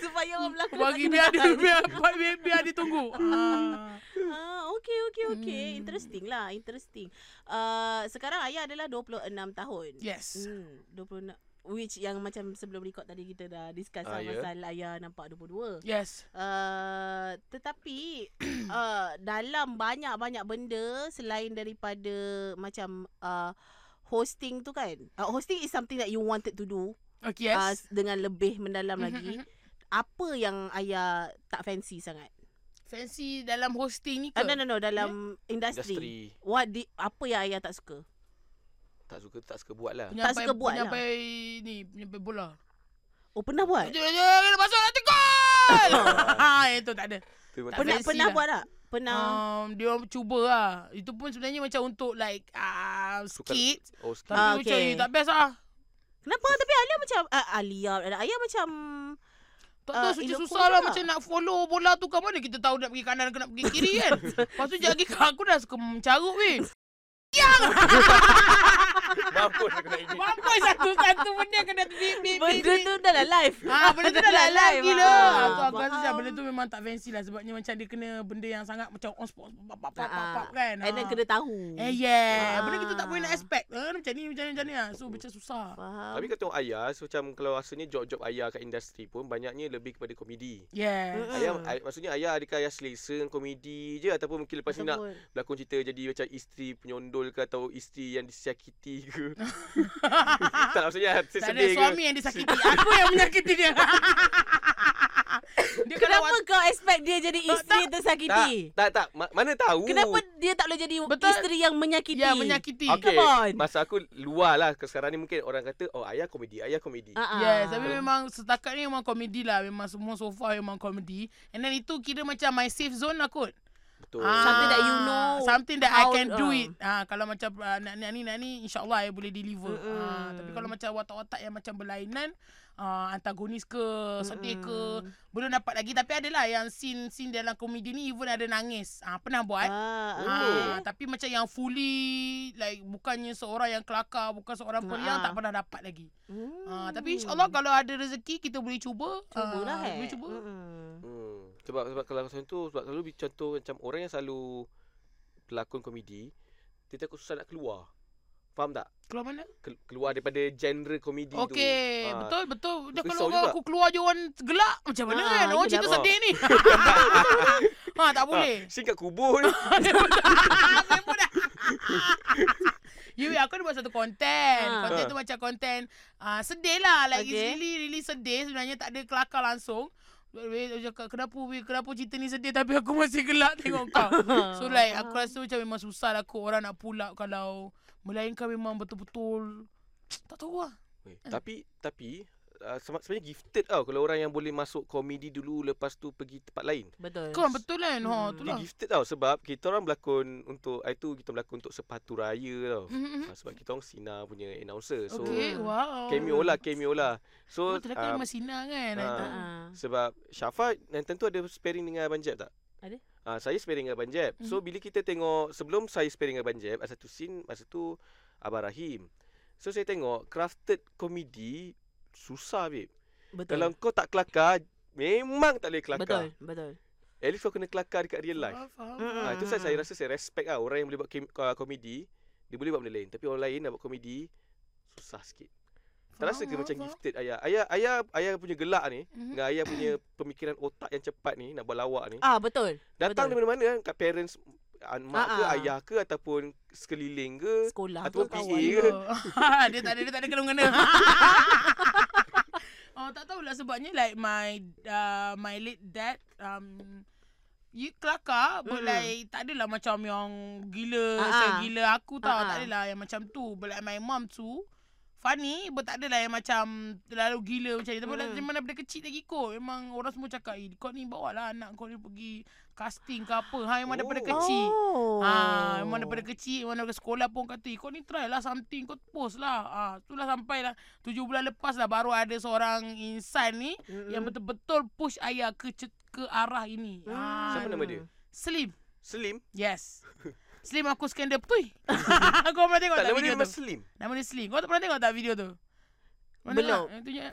[SPEAKER 1] supaya orang belakang
[SPEAKER 3] Bagi
[SPEAKER 1] tak
[SPEAKER 3] biar dia
[SPEAKER 1] kenal.
[SPEAKER 3] biar, biar, biar dia tunggu. Ah.
[SPEAKER 1] Ah, okey okey okey.
[SPEAKER 3] Hmm.
[SPEAKER 1] Interesting lah, interesting. Uh, sekarang ayah adalah 26 tahun.
[SPEAKER 3] Yes.
[SPEAKER 1] Hmm, 26 which yang macam sebelum record tadi kita dah discuss
[SPEAKER 2] Ah,
[SPEAKER 1] lah
[SPEAKER 2] ya.
[SPEAKER 1] pasal ayah nampak 22.
[SPEAKER 3] Yes.
[SPEAKER 1] Uh, tetapi uh, dalam banyak-banyak benda selain daripada macam uh, hosting tu kan. Uh, hosting is something that you wanted to do
[SPEAKER 3] Okay,
[SPEAKER 1] uh,
[SPEAKER 3] yes.
[SPEAKER 1] dengan lebih mendalam
[SPEAKER 3] Mhm,
[SPEAKER 1] lagi. Apa yang ayah tak fancy sangat?
[SPEAKER 3] Fancy dalam hosting ni ke?
[SPEAKER 1] Uh, no no no dalam industri. industri.
[SPEAKER 2] Industri.
[SPEAKER 1] What di, apa yang ayah tak suka?
[SPEAKER 2] Tak suka, tak suka buat lah.
[SPEAKER 1] Tak suka buat lah.
[SPEAKER 3] penyampai ni, penyampai bola.
[SPEAKER 1] Oh pernah buat?
[SPEAKER 3] Jom, jom, jom, kita masuk nanti gol! Ah, Itu tak ada.
[SPEAKER 2] Tu
[SPEAKER 3] tak
[SPEAKER 2] macam
[SPEAKER 1] Pernah
[SPEAKER 3] fancy
[SPEAKER 1] pernah
[SPEAKER 3] lah.
[SPEAKER 1] buat tak? Pernah.
[SPEAKER 3] um, dia orang cuba lah. Itu pun sebenarnya macam untuk like uh,
[SPEAKER 2] Suka-
[SPEAKER 3] skit.
[SPEAKER 2] Oh,
[SPEAKER 3] Tapi
[SPEAKER 2] sikit.
[SPEAKER 1] Ah,
[SPEAKER 3] uh, macam
[SPEAKER 1] okay.
[SPEAKER 3] eh, tak best lah.
[SPEAKER 1] Kenapa? Tapi Alia macam uh, Alia ayah macam
[SPEAKER 3] Tak
[SPEAKER 1] Ah,
[SPEAKER 3] tahu uh,
[SPEAKER 1] elok
[SPEAKER 3] susah
[SPEAKER 1] pun
[SPEAKER 3] lah
[SPEAKER 1] juga.
[SPEAKER 3] macam nak follow bola tu kan mana kita tahu nak pergi kanan ke nak pergi kiri kan. Lepas tu jadi aku dah suka mencarut weh.
[SPEAKER 2] Mampus aku nak ini.
[SPEAKER 3] Mampai satu-satu benda kena bip bip
[SPEAKER 1] benda tu dah lah live.
[SPEAKER 3] Ah, benda tu dah lah live gila.
[SPEAKER 1] ah.
[SPEAKER 3] Aku aku rasa macam
[SPEAKER 1] Faham.
[SPEAKER 3] benda tu memang tak fancy lah sebabnya macam dia kena benda yang sangat macam on spot pop pop pop pop,
[SPEAKER 1] Ah,
[SPEAKER 3] pop kan.
[SPEAKER 1] And then
[SPEAKER 3] Ah.
[SPEAKER 1] kena tahu.
[SPEAKER 3] Eh yeah, benda
[SPEAKER 1] Ah.
[SPEAKER 3] kita tak boleh nak expect. Eh, macam ni macam ni macam ni lah. So macam susah.
[SPEAKER 1] Faham.
[SPEAKER 2] Tapi kau tengok ayah, so macam kalau rasanya job-job ayah kat industri pun banyaknya lebih kepada komedi.
[SPEAKER 3] Yeah.
[SPEAKER 1] Mm-mm.
[SPEAKER 2] Ayah, ay, maksudnya ayah adakah ayah selesa dengan komedi je ataupun mungkin lepas ni nak
[SPEAKER 1] Ataupun-
[SPEAKER 2] berlakon cerita jadi macam isteri penyondol ke atau isteri yang disakiti ke. tak lah, maksudnya saya
[SPEAKER 3] Tak ada
[SPEAKER 2] sedih
[SPEAKER 3] suami
[SPEAKER 2] ke.
[SPEAKER 3] yang disakiti. Aku yang menyakiti dia. dia kalau
[SPEAKER 1] Kenapa
[SPEAKER 3] waktu-
[SPEAKER 1] kau expect dia jadi isteri yang
[SPEAKER 2] Tak,
[SPEAKER 1] tersakiti?
[SPEAKER 2] tak, Oh. tak. Ma- mana tahu.
[SPEAKER 1] Kenapa dia tak boleh jadi
[SPEAKER 3] Betul.
[SPEAKER 1] isteri yang menyakiti?
[SPEAKER 3] Ya, menyakiti.
[SPEAKER 2] Okay,
[SPEAKER 1] Come on.
[SPEAKER 2] masa aku luar lah. Sekarang ni mungkin orang kata, oh ayah komedi, ayah komedi.
[SPEAKER 1] Ah, ah.
[SPEAKER 3] Yes, tapi memang setakat ni memang komedi lah. Memang semua so far memang komedi. And then itu kira macam my safe zone lah kot.
[SPEAKER 2] Betul.
[SPEAKER 1] Something that you know
[SPEAKER 3] Ah, Something that I
[SPEAKER 1] how-
[SPEAKER 3] can do
[SPEAKER 1] ah.
[SPEAKER 3] it. Ah, kalau macam ah, nak nak ni nak ni insyaAllah I boleh deliver.
[SPEAKER 1] Mm-mm.
[SPEAKER 3] Ah, tapi kalau macam watak-watak yang macam berlainan, ah, antagonis ke, sedih ke, belum dapat lagi. Tapi adalah yang scene-scene dalam komedi ni even ada nangis. Ah, pernah buat.
[SPEAKER 1] Ah,
[SPEAKER 3] Ah,
[SPEAKER 1] ah.
[SPEAKER 2] Oh.
[SPEAKER 3] tapi macam yang fully like bukannya seorang yang kelakar, bukan seorang
[SPEAKER 1] Ah.
[SPEAKER 3] periang tak pernah dapat lagi.
[SPEAKER 1] Hmm.
[SPEAKER 3] Ah, tapi insyaallah kalau ada rezeki kita boleh cuba.
[SPEAKER 1] Cubalah
[SPEAKER 3] Ah,
[SPEAKER 1] eh.
[SPEAKER 3] Boleh cuba.
[SPEAKER 1] Mm-mm.
[SPEAKER 2] Hmm. Sebab sebab kalau macam tu sebab selalu bi- contoh macam orang yang selalu pelakon komedi dia takut susah nak keluar. Faham tak?
[SPEAKER 3] Keluar mana?
[SPEAKER 2] Kel- keluar daripada genre komedi tu.
[SPEAKER 3] Okey,
[SPEAKER 2] Ah,
[SPEAKER 3] betul betul. Dia
[SPEAKER 2] Risau
[SPEAKER 3] kalau
[SPEAKER 2] juga.
[SPEAKER 3] aku keluar je orang gelak macam mana
[SPEAKER 1] Ah,
[SPEAKER 3] kan? Orang
[SPEAKER 1] yelah.
[SPEAKER 3] cerita sedih ni. ha, tak boleh.
[SPEAKER 2] Ah, singkat kubur ni.
[SPEAKER 3] Memang dah. You aku ada buat satu konten.
[SPEAKER 1] Ah.
[SPEAKER 3] Konten tu macam konten uh, sedih lah. Like it's
[SPEAKER 1] Okay.
[SPEAKER 3] really really sedih sebenarnya tak ada kelakar langsung. Weh, Dia cakap kenapa weh kenapa cerita ni sedih tapi aku masih gelak tengok kau. So like aku
[SPEAKER 1] Ah.
[SPEAKER 3] rasa macam memang susah lah aku orang nak pull up kalau melainkan memang betul-betul tak tahu lah.
[SPEAKER 2] Weh, tapi tapi uh, sebenarnya gifted tau kalau orang yang boleh masuk komedi dulu lepas tu pergi tempat lain.
[SPEAKER 1] Betul.
[SPEAKER 3] Kau betul kan? Ha,
[SPEAKER 1] Hmm.
[SPEAKER 3] tu
[SPEAKER 2] Dia
[SPEAKER 3] lah.
[SPEAKER 2] gifted tau sebab kita orang berlakon untuk hari tu kita berlakon untuk sepatu raya tau.
[SPEAKER 3] Mhm.
[SPEAKER 2] Ah, sebab kita orang Sina punya announcer. So
[SPEAKER 3] Okay, wow.
[SPEAKER 2] cameo lah, cameo lah.
[SPEAKER 3] Oh,
[SPEAKER 2] So
[SPEAKER 3] tu dah
[SPEAKER 2] ah,
[SPEAKER 3] kan memang sinar kan.
[SPEAKER 2] ah.
[SPEAKER 3] Uh,
[SPEAKER 1] Ah.
[SPEAKER 2] Sebab Syafa dan tentu ada sparing dengan Abang Jeb tak?
[SPEAKER 1] Ada. Mhm.
[SPEAKER 2] Ah, saya sparing dengan Abang Jeb. So bila kita tengok sebelum saya sparing dengan Abang Jeb, ada satu scene masa tu Abang Rahim. So saya tengok crafted komedi susah babe.
[SPEAKER 1] Betul.
[SPEAKER 2] Kalau kau tak kelakar, memang tak boleh kelakar.
[SPEAKER 1] Betul, betul.
[SPEAKER 2] At least kau kena kelakar dekat real life.
[SPEAKER 3] Faham, faham.
[SPEAKER 1] Mm.
[SPEAKER 2] Ah, itu saya, saya rasa saya respect lah orang yang boleh buat kem- ah, komedi, dia boleh buat benda lain. Tapi orang lain nak buat komedi susah sikit. Terasa
[SPEAKER 3] Faham,
[SPEAKER 2] ke macam
[SPEAKER 3] faham,
[SPEAKER 2] gifted ayah. Ayah ayah ayah punya gelak ni
[SPEAKER 3] Mhm.
[SPEAKER 2] dengan ayah punya pemikiran otak yang cepat ni nak buat lawak ni.
[SPEAKER 1] Ah betul.
[SPEAKER 2] Datang dari
[SPEAKER 1] betul.
[SPEAKER 2] mana-mana kan kat parents ah, mak ke
[SPEAKER 1] Ah, ah.
[SPEAKER 2] ayah ke ataupun sekeliling ke.
[SPEAKER 1] Sekolah
[SPEAKER 2] Ataupun
[SPEAKER 1] ke
[SPEAKER 2] PA
[SPEAKER 1] kawan.
[SPEAKER 2] ke?
[SPEAKER 3] Ha, lah. dia tak ada dia tak ada kena mengena. oh tak tahulah sebabnya like my uh, my late dad um you kelakar mm. but
[SPEAKER 1] Mm-mm.
[SPEAKER 3] like tak adalah macam yang gila
[SPEAKER 1] Ah,
[SPEAKER 3] uh-huh.
[SPEAKER 1] ah.
[SPEAKER 3] gila aku tau
[SPEAKER 1] Ah,
[SPEAKER 3] uh-huh. tak
[SPEAKER 1] ah.
[SPEAKER 3] adalah yang macam tu but like my mom tu funny but tak adalah yang macam terlalu gila macam ni tapi
[SPEAKER 1] Mm.
[SPEAKER 3] mm. memang daripada kecil lagi ikut memang orang semua cakap eh, kau ni bawa lah anak kau ni pergi casting ke apa ha memang oh. daripada
[SPEAKER 2] Oh.
[SPEAKER 3] kecil
[SPEAKER 1] Oh.
[SPEAKER 3] Ah, memang daripada kecil, memang daripada sekolah pun kata, "Eh, kau ni try lah something, kau post lah. Ah, itulah sampai lah tujuh bulan lepas lah baru ada seorang insan ni
[SPEAKER 1] Mm-mm.
[SPEAKER 3] yang betul-betul push ayah ke ce- ke arah ini.
[SPEAKER 1] Mm.
[SPEAKER 3] Ah,
[SPEAKER 2] Siapa nama dia?
[SPEAKER 3] Slim.
[SPEAKER 2] Slim.
[SPEAKER 3] Yes. Slim aku skandal putih. kau pernah tengok
[SPEAKER 2] Tak
[SPEAKER 3] tak,
[SPEAKER 2] nama dia
[SPEAKER 3] video
[SPEAKER 2] memang
[SPEAKER 3] tu?
[SPEAKER 2] Slim.
[SPEAKER 3] Nama dia Slim. Kau tak pernah tengok tak video tu? Pernah
[SPEAKER 1] Belum.
[SPEAKER 3] tengok? Eh, tunjuk.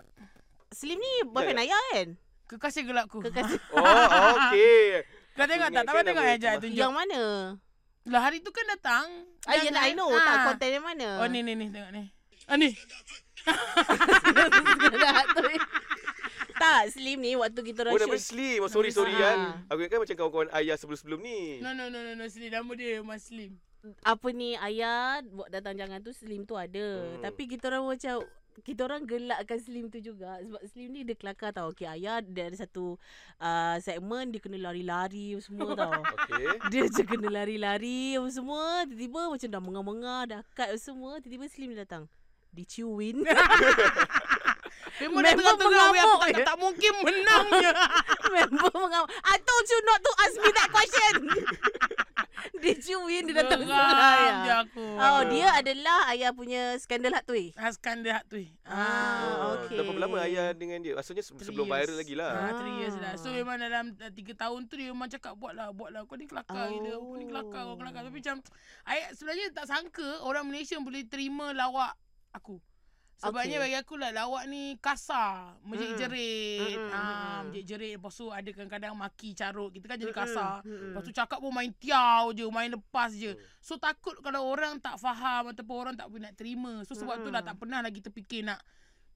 [SPEAKER 1] Slim ni boyfriend
[SPEAKER 2] Ya,
[SPEAKER 1] Ayah kan?
[SPEAKER 3] Kekasih gelapku.
[SPEAKER 1] Kekasih.
[SPEAKER 2] Oh, okey.
[SPEAKER 3] Kau tengok tak?
[SPEAKER 2] Ingatkan
[SPEAKER 3] Tak pernah tengok
[SPEAKER 2] nama
[SPEAKER 3] eh? Jap,
[SPEAKER 2] tu.
[SPEAKER 3] tunjuk.
[SPEAKER 1] Yang mana?
[SPEAKER 3] Lah hari tu kan datang.
[SPEAKER 1] Ah, ya,
[SPEAKER 3] Datang,
[SPEAKER 1] I know.
[SPEAKER 3] ah.
[SPEAKER 1] Tak, konten yang mana?
[SPEAKER 3] Oh ni ni ni tengok ni. Ah ni.
[SPEAKER 1] tak, Slim ni waktu kita
[SPEAKER 2] Oh,
[SPEAKER 1] orang
[SPEAKER 2] nama
[SPEAKER 1] shoot.
[SPEAKER 2] Slim. Oh, sorry,
[SPEAKER 3] Nama
[SPEAKER 2] sorry
[SPEAKER 1] Slim.
[SPEAKER 2] kan.
[SPEAKER 1] Ah.
[SPEAKER 2] Aku ingatkan macam kawan-kawan ayah sebelum-sebelum ni.
[SPEAKER 3] No no no no no Slim nama dia Mas Slim.
[SPEAKER 1] Apa ni, Ayah buat datang jangan tu, Slim tu ada.
[SPEAKER 2] Hmm.
[SPEAKER 1] Tapi kita orang macam kita orang gelakkan Slim tu juga sebab Slim ni dia kelakar tau. Okey, Ayah dia ada satu uh, segmen dia kena lari-lari semua tau.
[SPEAKER 2] Okey.
[SPEAKER 1] Dia je kena lari-lari apa semua Tiba-tiba macam dah mengah-mengah Dah cut apa semua Tiba-tiba Slim datang Diciuin
[SPEAKER 3] Memang
[SPEAKER 1] Member
[SPEAKER 3] dah tengah-tengah weh aku
[SPEAKER 1] mengamuk,
[SPEAKER 3] tak,
[SPEAKER 1] eh.
[SPEAKER 3] tak mungkin menangnya.
[SPEAKER 1] Member mengam I told you not to ask me that question Diciuin dia datang sekolah
[SPEAKER 3] Geram je
[SPEAKER 1] ya.
[SPEAKER 3] aku.
[SPEAKER 1] Oh dia adalah ayah punya skandal hak tu eh
[SPEAKER 3] Haskan dia hak tu. eh.
[SPEAKER 1] Ah,
[SPEAKER 3] Ah.
[SPEAKER 2] Oh,
[SPEAKER 1] okey.
[SPEAKER 2] Dah berapa lama ayah dengan dia? Rasanya se-
[SPEAKER 3] Three
[SPEAKER 2] sebelum
[SPEAKER 3] years.
[SPEAKER 2] viral lagi lah.
[SPEAKER 3] Ah, three years
[SPEAKER 1] Ah.
[SPEAKER 3] dah. So memang dalam uh, tiga tahun tu dia memang cakap buat lah, buat lah. Kau ni kelakar oh. gila, kau ni kelakar, kau kelakar. Tapi macam, I sebenarnya tak sangka orang Malaysia boleh terima lawak aku. Sebabnya
[SPEAKER 1] Okay.
[SPEAKER 3] okay. bagi aku lah lawak ni kasar,
[SPEAKER 1] Mm-mm.
[SPEAKER 3] menjadi mm. jerit.
[SPEAKER 1] Mm-mm,
[SPEAKER 3] Mm. Ah,
[SPEAKER 1] mm-mm.
[SPEAKER 3] menjadi jerit. Lepas tu ada kadang-kadang maki carut. Kita kan jadi
[SPEAKER 1] Mm-mm,
[SPEAKER 3] kasar.
[SPEAKER 2] Hmm.
[SPEAKER 1] mm-mm.
[SPEAKER 3] Lepas tu cakap pun main tiaw je, main lepas je.
[SPEAKER 2] Mm.
[SPEAKER 3] So takut kalau orang tak faham ataupun orang tak boleh nak terima. So sebab mm. tu
[SPEAKER 1] Mm-mm.
[SPEAKER 3] lah
[SPEAKER 2] Hmm.
[SPEAKER 3] tak pernah lagi terfikir nak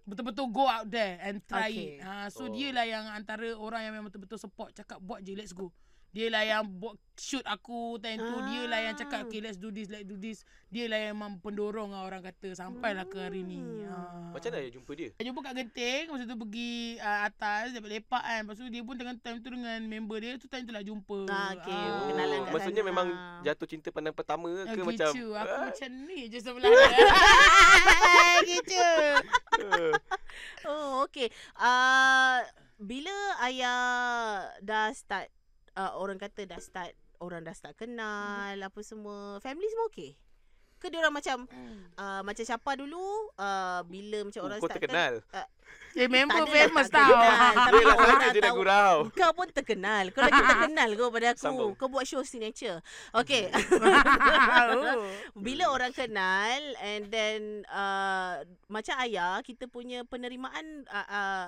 [SPEAKER 3] betul-betul go out there and try
[SPEAKER 1] Okay.
[SPEAKER 3] okay. it. Ha, so
[SPEAKER 2] Oh.
[SPEAKER 3] oh. dia lah yang antara orang yang memang betul-betul support cakap buat je let's go. Dia lah yang buat shoot aku time tu. Dia lah yang
[SPEAKER 1] Ah.
[SPEAKER 3] cakap okay let's do this, let's do this. Dia lah yang memang pendorong lah orang kata sampailah ke hari ni.
[SPEAKER 1] Hmm.
[SPEAKER 3] Ha.
[SPEAKER 2] Macam mana ayah jumpa dia?
[SPEAKER 3] Saya jumpa kat Genting Masa tu pergi uh, atas Dapat lepak kan Lepas tu dia pun tengah time tu dengan member dia Tu time tu lah jumpa
[SPEAKER 1] Ah, okay.
[SPEAKER 3] Ah.
[SPEAKER 2] Oh,
[SPEAKER 1] Kenalan kat
[SPEAKER 2] maksudnya
[SPEAKER 1] sana.
[SPEAKER 2] memang jatuh cinta pandang pertama
[SPEAKER 3] Ah,
[SPEAKER 2] ke
[SPEAKER 3] Kecu
[SPEAKER 2] macam
[SPEAKER 3] Aku
[SPEAKER 2] Ah,
[SPEAKER 3] macam ni je sebelah dia. Kecu
[SPEAKER 2] eh.
[SPEAKER 1] Oh okay uh, Bila ayah dah start uh, Orang kata dah start Orang dah start kenal
[SPEAKER 2] Mm-hmm.
[SPEAKER 1] Apa semua Family semua okay Ke diorang macam uh, Macam siapa dulu uh, Bila macam
[SPEAKER 2] Oh,
[SPEAKER 1] orang
[SPEAKER 2] kau
[SPEAKER 1] start
[SPEAKER 2] terkenal.
[SPEAKER 3] Eh
[SPEAKER 1] Tak
[SPEAKER 3] member
[SPEAKER 1] ada lah,
[SPEAKER 3] famous
[SPEAKER 1] tak ada
[SPEAKER 3] tau
[SPEAKER 1] lah. Tapi
[SPEAKER 2] Yelah,
[SPEAKER 1] orang
[SPEAKER 2] saya
[SPEAKER 1] tak
[SPEAKER 2] je nak
[SPEAKER 1] tahu.
[SPEAKER 2] gurau.
[SPEAKER 1] Kau pun terkenal Kau lagi terkenal kau pada aku
[SPEAKER 2] Sambung.
[SPEAKER 1] Kau buat show signature Okay
[SPEAKER 3] Oh.
[SPEAKER 2] Mm-hmm.
[SPEAKER 1] Bila orang kenal And then uh, Macam ayah Kita punya penerimaan uh, uh,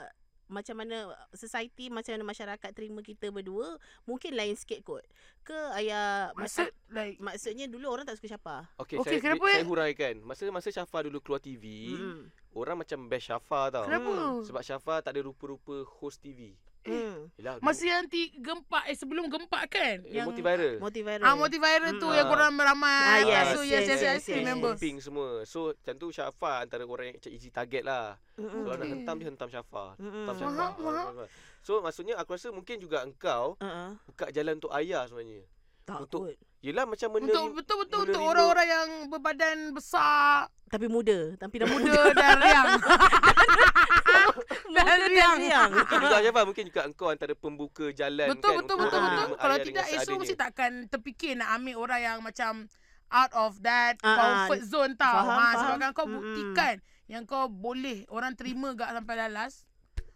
[SPEAKER 1] Macam mana Society Macam mana masyarakat Terima kita berdua Mungkin lain sikit kot Ke ayah
[SPEAKER 3] Maksud like
[SPEAKER 1] Maksudnya dulu orang tak suka Syafa
[SPEAKER 2] Okey,
[SPEAKER 3] Okey,
[SPEAKER 2] okay, saya,
[SPEAKER 3] kenapa,
[SPEAKER 2] saya
[SPEAKER 3] eh? Hmm.
[SPEAKER 2] huraikan. Masa-masa Syafa dulu keluar TV,
[SPEAKER 1] mm.
[SPEAKER 2] orang macam bash Syafa tau.
[SPEAKER 3] Kenapa?
[SPEAKER 2] Sebab Syafa tak ada rupa-rupa host TV.
[SPEAKER 1] mm.
[SPEAKER 2] Yalah,
[SPEAKER 3] Masa yang ti gempak Eh sebelum gempak kan
[SPEAKER 2] eh,
[SPEAKER 3] Yang
[SPEAKER 2] multiviral.
[SPEAKER 1] Motiviral
[SPEAKER 3] Ah motiviral tu
[SPEAKER 2] Mm.
[SPEAKER 3] Yang
[SPEAKER 2] Ah.
[SPEAKER 3] korang
[SPEAKER 1] Ah,
[SPEAKER 3] ramai
[SPEAKER 1] yes,
[SPEAKER 3] So yes yes yes, yes,
[SPEAKER 1] yes.
[SPEAKER 3] member
[SPEAKER 2] Pink semua. So, macam tu Syafa antara orang yang macam easy target lah.
[SPEAKER 1] Mm-mm.
[SPEAKER 2] Kalau nak
[SPEAKER 3] Okay. Hmm.
[SPEAKER 2] hentam, dia hentam Syafa.
[SPEAKER 1] Mm-mm.
[SPEAKER 2] Hentam
[SPEAKER 3] Faham,
[SPEAKER 2] Syafa. Ah,
[SPEAKER 3] faham.
[SPEAKER 2] So, maksudnya aku rasa mungkin juga engkau
[SPEAKER 1] Uh-uh.
[SPEAKER 2] buka jalan untuk ayah sebenarnya.
[SPEAKER 1] Tak
[SPEAKER 2] Untuk-
[SPEAKER 1] kot
[SPEAKER 2] Yelah, macam menerima.
[SPEAKER 3] Untuk betul-betul untuk
[SPEAKER 2] menerima-
[SPEAKER 3] orang-orang yang berbadan besar,
[SPEAKER 1] Tapi muda Tapi dah muda
[SPEAKER 3] muda dan riang.
[SPEAKER 1] Muda dan riang
[SPEAKER 2] Mungkin juga Syafa, mungkin juga engkau antara pembuka jalan
[SPEAKER 3] betul
[SPEAKER 2] kan. untuk
[SPEAKER 3] betul betul
[SPEAKER 2] orang
[SPEAKER 3] betul.
[SPEAKER 2] menerima
[SPEAKER 3] Kalau
[SPEAKER 2] ayah
[SPEAKER 3] tidak
[SPEAKER 2] dengan
[SPEAKER 3] esok
[SPEAKER 2] seadanya.
[SPEAKER 3] mesti takkan terfikir nak ambil orang yang macam out of that
[SPEAKER 1] Ah, ah.
[SPEAKER 3] comfort zone tau.
[SPEAKER 1] Faham,
[SPEAKER 3] ha
[SPEAKER 1] faham.
[SPEAKER 3] sebab kan kau
[SPEAKER 1] Mm-mm.
[SPEAKER 3] buktikan yang kau boleh orang terima gak sampai lalas.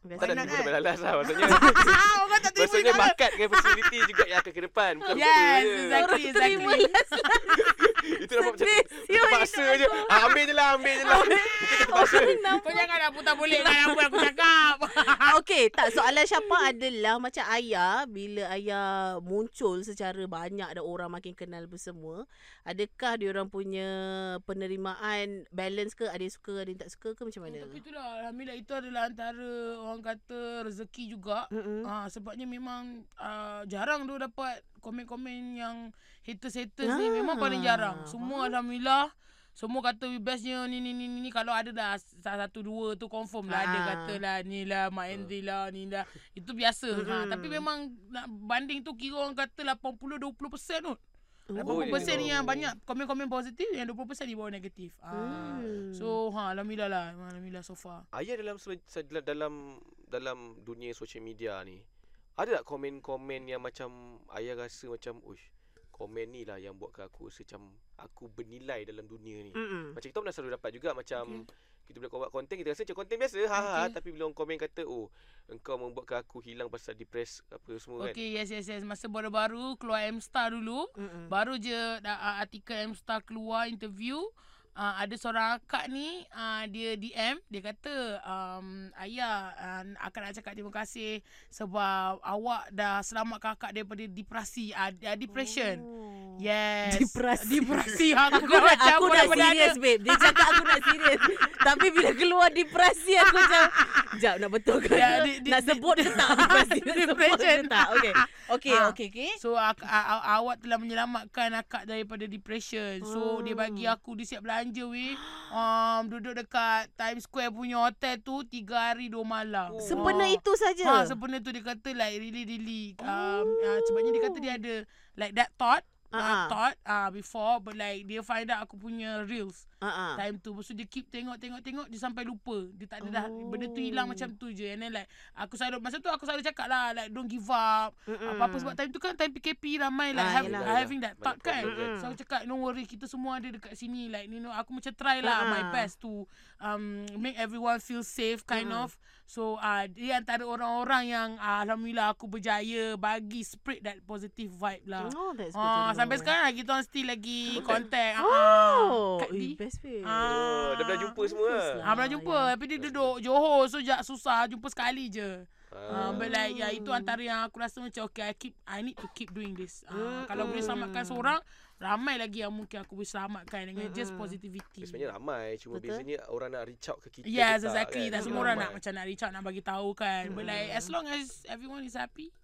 [SPEAKER 2] Tak ada
[SPEAKER 3] Why not,
[SPEAKER 2] tiba
[SPEAKER 3] eh?
[SPEAKER 2] sampai lalas lah maksudnya.
[SPEAKER 3] Ah, orang tak terima
[SPEAKER 2] Maksudnya
[SPEAKER 3] tak ada.
[SPEAKER 2] bakat dengan facility juga yang akan ke depan. Bukan
[SPEAKER 3] Yes,
[SPEAKER 2] betul je.
[SPEAKER 3] exactly.
[SPEAKER 1] Orang terima last
[SPEAKER 2] Itu nampak macam
[SPEAKER 1] Sedih siul
[SPEAKER 2] terpaksa
[SPEAKER 1] hidup
[SPEAKER 2] je. Ah, ambil je lah, ambil je lah.
[SPEAKER 1] Orang nampak
[SPEAKER 3] lah Kau janganlah pun tak boleh kan apa aku cakap.
[SPEAKER 1] Ah, Okey, Okey, tak soalan Syafa adalah macam ayah bila ayah muncul secara banyak dan orang makin kenal bersemua, adakah dia orang punya penerimaan balance ke ada yang suka ada yang tak suka ke macam mana?
[SPEAKER 3] Tapi itulah Alhamdulillah itu adalah antara orang kata rezeki juga.
[SPEAKER 1] Mm-mm.
[SPEAKER 3] Ah sebabnya memang ah, jarang tu dapat komen-komen yang haters-haters ni
[SPEAKER 1] Ah,
[SPEAKER 3] memang paling jarang. Semua alhamdulillah semua kata we bestnya ni ni ni ni, ni. kalau ada dah salah satu dua tu confirm lah ada
[SPEAKER 1] Ah.
[SPEAKER 3] kata lah ni lah Mak Andri lah ni lah itu biasa ha,
[SPEAKER 1] Mm-mm.
[SPEAKER 3] tapi memang nak banding tu kira orang kata 80 20% tu 80%
[SPEAKER 2] Oh,
[SPEAKER 3] oh, ni
[SPEAKER 2] yeah.
[SPEAKER 3] yang banyak komen-komen positif yang 20% ni bawa negatif ha.
[SPEAKER 1] Hmm.
[SPEAKER 3] so ha alhamdulillah lah alhamdulillah so far
[SPEAKER 2] Ayah dalam se- se- dalam dalam dunia social media ni ada tak komen-komen yang macam ayah rasa macam uish komen ni lah yang buatkan aku rasa macam aku bernilai dalam dunia
[SPEAKER 3] Hmm.
[SPEAKER 2] ni.
[SPEAKER 1] Mm-mm.
[SPEAKER 2] Macam kita pernah selalu dapat juga macam okay. kita bila kau buat konten kita rasa macam konten biasa ha ha
[SPEAKER 3] Okay.
[SPEAKER 2] tapi bila orang komen kata oh engkau membuatkan aku hilang pasal depres apa semua kan.
[SPEAKER 3] Okay, yes, yes, yes. Masa baru-baru keluar M-Star dulu.
[SPEAKER 1] Mm-mm.
[SPEAKER 3] Baru je dah, uh, artikel M-Star keluar interview. Uh, ada seorang akak ni, uh, dia DM. Dia kata, um, Ayah, uh, akak nak cakap terima kasih sebab awak dah selamatkan akak daripada depresi, uh, uh, depression.
[SPEAKER 1] Oh.
[SPEAKER 3] Yes.
[SPEAKER 1] Depresi.
[SPEAKER 3] Depresi. aku,
[SPEAKER 1] Aku nak,
[SPEAKER 3] macam
[SPEAKER 1] aku
[SPEAKER 3] pun
[SPEAKER 1] nak
[SPEAKER 3] daripada ada-
[SPEAKER 1] serius babe Dia cakap aku nak serius Tapi bila keluar depresi Aku macam Sekejap nak betul ke
[SPEAKER 3] Ya,
[SPEAKER 1] yeah,
[SPEAKER 3] di- di-
[SPEAKER 1] Nak
[SPEAKER 3] di-
[SPEAKER 1] sebut ke tak Depresi nak sebut ke
[SPEAKER 3] Depression.
[SPEAKER 1] tak Okay Okay
[SPEAKER 3] Ah.
[SPEAKER 1] okay, okay.
[SPEAKER 3] So ak- a- a- awak telah menyelamatkan akak daripada depression. So
[SPEAKER 1] Hmm.
[SPEAKER 3] dia bagi aku dia siap belanja weh. Um duduk dekat Times Square punya hotel tu 3 hari 2 malam.
[SPEAKER 2] Oh.
[SPEAKER 1] Sempena
[SPEAKER 3] Ah.
[SPEAKER 1] itu saja.
[SPEAKER 3] Ha sempena tu dia kata like really really um uh, sebabnya dia kata dia ada like that thought
[SPEAKER 1] Ah.
[SPEAKER 3] Uh, thought uh, before but like dia find out aku punya reels
[SPEAKER 1] Ah, ah.
[SPEAKER 3] time tu lepas tu dia keep tengok tengok tengok dia sampai lupa dia tak ada dah benda tu hilang
[SPEAKER 1] Oh.
[SPEAKER 3] macam tu je and then like aku selalu masa tu aku selalu cakap lah like don't give up
[SPEAKER 1] Mm-mm.
[SPEAKER 3] apa-apa sebab time tu kan time PKP ramai
[SPEAKER 1] Hmm.
[SPEAKER 3] lah
[SPEAKER 1] Ah,
[SPEAKER 3] have,
[SPEAKER 1] yelah.
[SPEAKER 3] having that
[SPEAKER 2] Banyak
[SPEAKER 3] thought kan.
[SPEAKER 2] problem
[SPEAKER 1] kan.
[SPEAKER 3] So aku cakap no worry kita semua ada dekat sini like you know aku macam try lah my
[SPEAKER 1] Ah.
[SPEAKER 3] best to um make everyone feel safe kind
[SPEAKER 1] Mm-mm.
[SPEAKER 3] of. So uh, dia antara orang-orang yang uh, alhamdulillah aku berjaya bagi spread that positive vibe lah.
[SPEAKER 1] Oh, that's good
[SPEAKER 3] Ah,
[SPEAKER 1] to
[SPEAKER 3] sampai
[SPEAKER 1] know.
[SPEAKER 3] sekarang lagi kita orang still lagi contact. Ah,
[SPEAKER 1] Oh,
[SPEAKER 3] Kak Di.
[SPEAKER 1] eh, best babe.
[SPEAKER 2] Oh, dah pernah jumpa semua.
[SPEAKER 1] Baguslah.
[SPEAKER 3] Ah, pernah jumpa
[SPEAKER 1] ya.
[SPEAKER 3] Tapi dia duduk Johor So ja- susah Jumpa sekali je
[SPEAKER 2] Ah.
[SPEAKER 3] Uh, but like yeah, itu antara yang aku rasa macam okay I keep I need to keep doing this. Uh,
[SPEAKER 1] Mm,
[SPEAKER 3] kalau boleh
[SPEAKER 1] mm.
[SPEAKER 3] selamatkan seorang, ramai lagi yang mungkin aku boleh selamatkan dengan just positivity.
[SPEAKER 2] Sebenarnya ramai cuma
[SPEAKER 1] Betul.
[SPEAKER 2] Betul? biasanya orang nak reach out ke kita. ke
[SPEAKER 3] Yes,
[SPEAKER 2] tak
[SPEAKER 3] Ya, exactly.
[SPEAKER 2] kan?
[SPEAKER 3] Tak
[SPEAKER 2] So,
[SPEAKER 3] semua orang
[SPEAKER 2] ramai.
[SPEAKER 3] nak macam nak reach out, nak bagi tahu kan. But like as long as everyone is happy.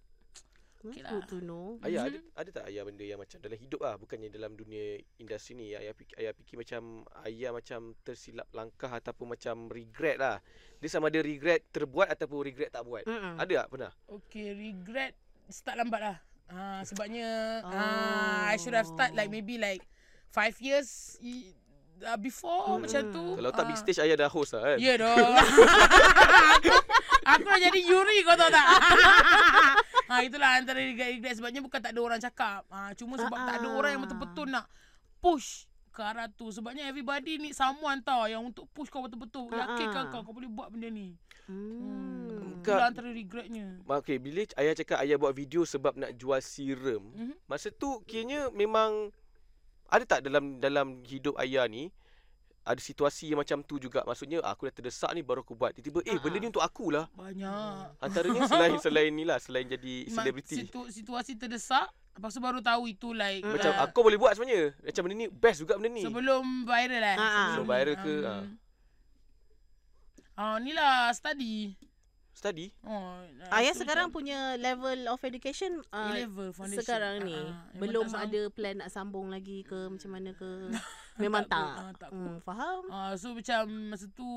[SPEAKER 1] That's
[SPEAKER 3] Okay
[SPEAKER 1] good
[SPEAKER 3] lah.
[SPEAKER 1] to know.
[SPEAKER 2] Ayah ada ada tak ayah benda yang macam dalam hidup lah bukannya dalam dunia industri ni ayah fikir, ayah fikir macam ayah macam tersilap langkah ataupun macam regret lah. Dia sama ada regret terbuat ataupun regret tak buat.
[SPEAKER 3] Hmm.
[SPEAKER 1] Mm-mm.
[SPEAKER 2] Ada tak pernah?
[SPEAKER 3] Okay, regret start lambat lah. Ah, sebabnya
[SPEAKER 1] Oh.
[SPEAKER 3] ah, I should have start like maybe like five years i- uh, before macam tu.
[SPEAKER 2] Kalau tak big
[SPEAKER 3] Ah.
[SPEAKER 2] stage ayah dah host lah kan.
[SPEAKER 3] Ya dong. aku, aku nak jadi Yuri kau tahu tak? ha, itulah antara regret-regret sebabnya bukan tak ada orang cakap. Ha, cuma sebab tak ada orang yang betul-betul nak push ke arah tu. Sebabnya everybody need someone tau yang untuk push kau betul-betul.
[SPEAKER 1] Ah,
[SPEAKER 3] Yakinkan
[SPEAKER 1] ah.
[SPEAKER 3] kau kau boleh buat benda ni. Hmm.
[SPEAKER 1] Mm.
[SPEAKER 2] Kak-
[SPEAKER 3] Itulah antara regretnya.
[SPEAKER 2] Ma- Okay, bila ayah cakap ayah buat video sebab nak jual serum,
[SPEAKER 3] Mhm.
[SPEAKER 2] mm-hmm. masa tu kiranya memang ada tak dalam dalam hidup ayah ni ada situasi yang macam tu juga. Maksudnya ah, aku dah terdesak ni baru aku buat. Tiba-tiba eh benda
[SPEAKER 3] Ah.
[SPEAKER 2] ni untuk akulah.
[SPEAKER 3] Banyak.
[SPEAKER 2] Antaranya selain selain ni lah, selain jadi
[SPEAKER 3] Ma-
[SPEAKER 2] selebriti.
[SPEAKER 3] Situ, situasi terdesak. Lepas tu baru tahu itu like.
[SPEAKER 2] Macam
[SPEAKER 3] ah,
[SPEAKER 2] aku boleh buat sebenarnya. Macam benda ni best juga benda ni.
[SPEAKER 3] Sebelum viral eh.
[SPEAKER 1] Ah, ah.
[SPEAKER 2] Sebelum viral ke, ah.
[SPEAKER 3] Ah, ni lah study.
[SPEAKER 2] Study.
[SPEAKER 3] Oh,
[SPEAKER 1] Ayah Ah, sekarang punya level of education uh,
[SPEAKER 3] level foundation.
[SPEAKER 1] sekarang ni
[SPEAKER 3] Ah, ah. Memang
[SPEAKER 1] belum
[SPEAKER 3] tak
[SPEAKER 1] ada plan nak sambung lagi ke macam mana ke memang
[SPEAKER 3] Tak
[SPEAKER 1] tak,
[SPEAKER 3] ke, ah, tak
[SPEAKER 1] hmm, faham
[SPEAKER 3] Ah, so macam masa tu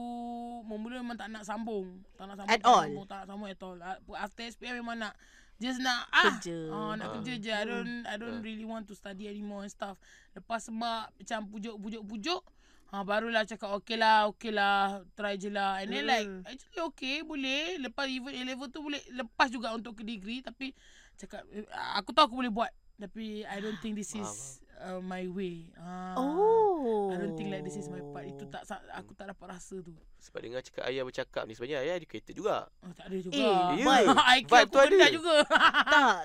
[SPEAKER 3] mula memang tak nak sambung. Tak nak sambung.
[SPEAKER 1] At
[SPEAKER 3] tak nak
[SPEAKER 1] all?
[SPEAKER 3] Sambung, tak nak sambung at all. Ah, After SPM memang nak just nak ah,
[SPEAKER 1] Kerja.
[SPEAKER 3] Ah, nak
[SPEAKER 2] Ah. Hmm.
[SPEAKER 3] kerja je. I don't I don't really want to study anymore and stuff. Lepas mak macam pujuk-pujuk-pujuk Ha, barulah cakap okay lah, okay lah, try je lah. And then like,
[SPEAKER 1] Mm.
[SPEAKER 3] actually okay, boleh. Lepas even A-level tu boleh lepas juga untuk ke degree. Tapi cakap, eh, aku tahu aku boleh buat. Tapi I don't think this is uh, my way. Ha.
[SPEAKER 1] oh
[SPEAKER 3] I don't think like this is my part. Itu tak sa- aku tak dapat rasa tu.
[SPEAKER 2] Sebab dengar cakap ayah bercakap ni sebenarnya ayah educated juga.
[SPEAKER 3] Oh, tak ada juga.
[SPEAKER 1] Eh,
[SPEAKER 2] vibe.
[SPEAKER 3] IQ
[SPEAKER 2] Vibe Ya,
[SPEAKER 3] aku
[SPEAKER 2] tu ada.
[SPEAKER 3] rendah juga.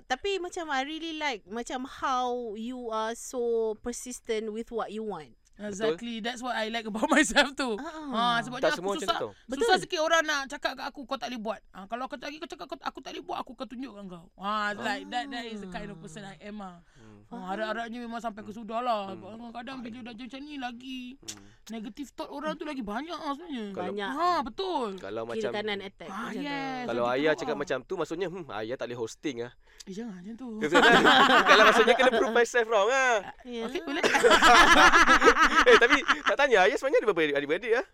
[SPEAKER 1] tak tapi macam I really like macam how you are so persistent with what you want
[SPEAKER 3] Exactly. That's what I like about myself tu.
[SPEAKER 1] Ah.
[SPEAKER 3] Ha,
[SPEAKER 2] Tak
[SPEAKER 3] sebabnya
[SPEAKER 2] semua
[SPEAKER 3] aku
[SPEAKER 2] macam
[SPEAKER 3] susah.
[SPEAKER 2] tu.
[SPEAKER 1] Betul.
[SPEAKER 3] Susah sikit orang nak cakap kat aku kau tak boleh buat. Ha, kalau kau lagi kau cakap kau, aku tak boleh buat, aku akan tunjukkan kau. Ha, like
[SPEAKER 1] Ah.
[SPEAKER 3] that that is the kind of person I am ah.
[SPEAKER 2] Hmm.
[SPEAKER 3] Ha, harap-harapnya memang sampai ke sudah lah. Kadang-kadang bila dah macam ni lagi
[SPEAKER 2] Hmm.
[SPEAKER 3] negatif thought orang tu lagi banyak ah sebenarnya.
[SPEAKER 1] Kalau- Banyak.
[SPEAKER 3] Ha, betul.
[SPEAKER 2] Kalau
[SPEAKER 1] Kiri
[SPEAKER 2] macam
[SPEAKER 1] kanan attack.
[SPEAKER 3] Ah,
[SPEAKER 1] macam tu.
[SPEAKER 3] yes.
[SPEAKER 2] kalau
[SPEAKER 3] Macam tu
[SPEAKER 2] ayah
[SPEAKER 3] lah.
[SPEAKER 2] cakap macam tu maksudnya hmm ayah tak boleh hosting ah.
[SPEAKER 3] Eh, jangan macam tu.
[SPEAKER 2] Kalau maksudnya kena prove myself wrong ah.
[SPEAKER 1] Yeah.
[SPEAKER 3] Okey, boleh.
[SPEAKER 2] Eh tapi tak tanya ayah sebenarnya ada berapa adik-beradik ah?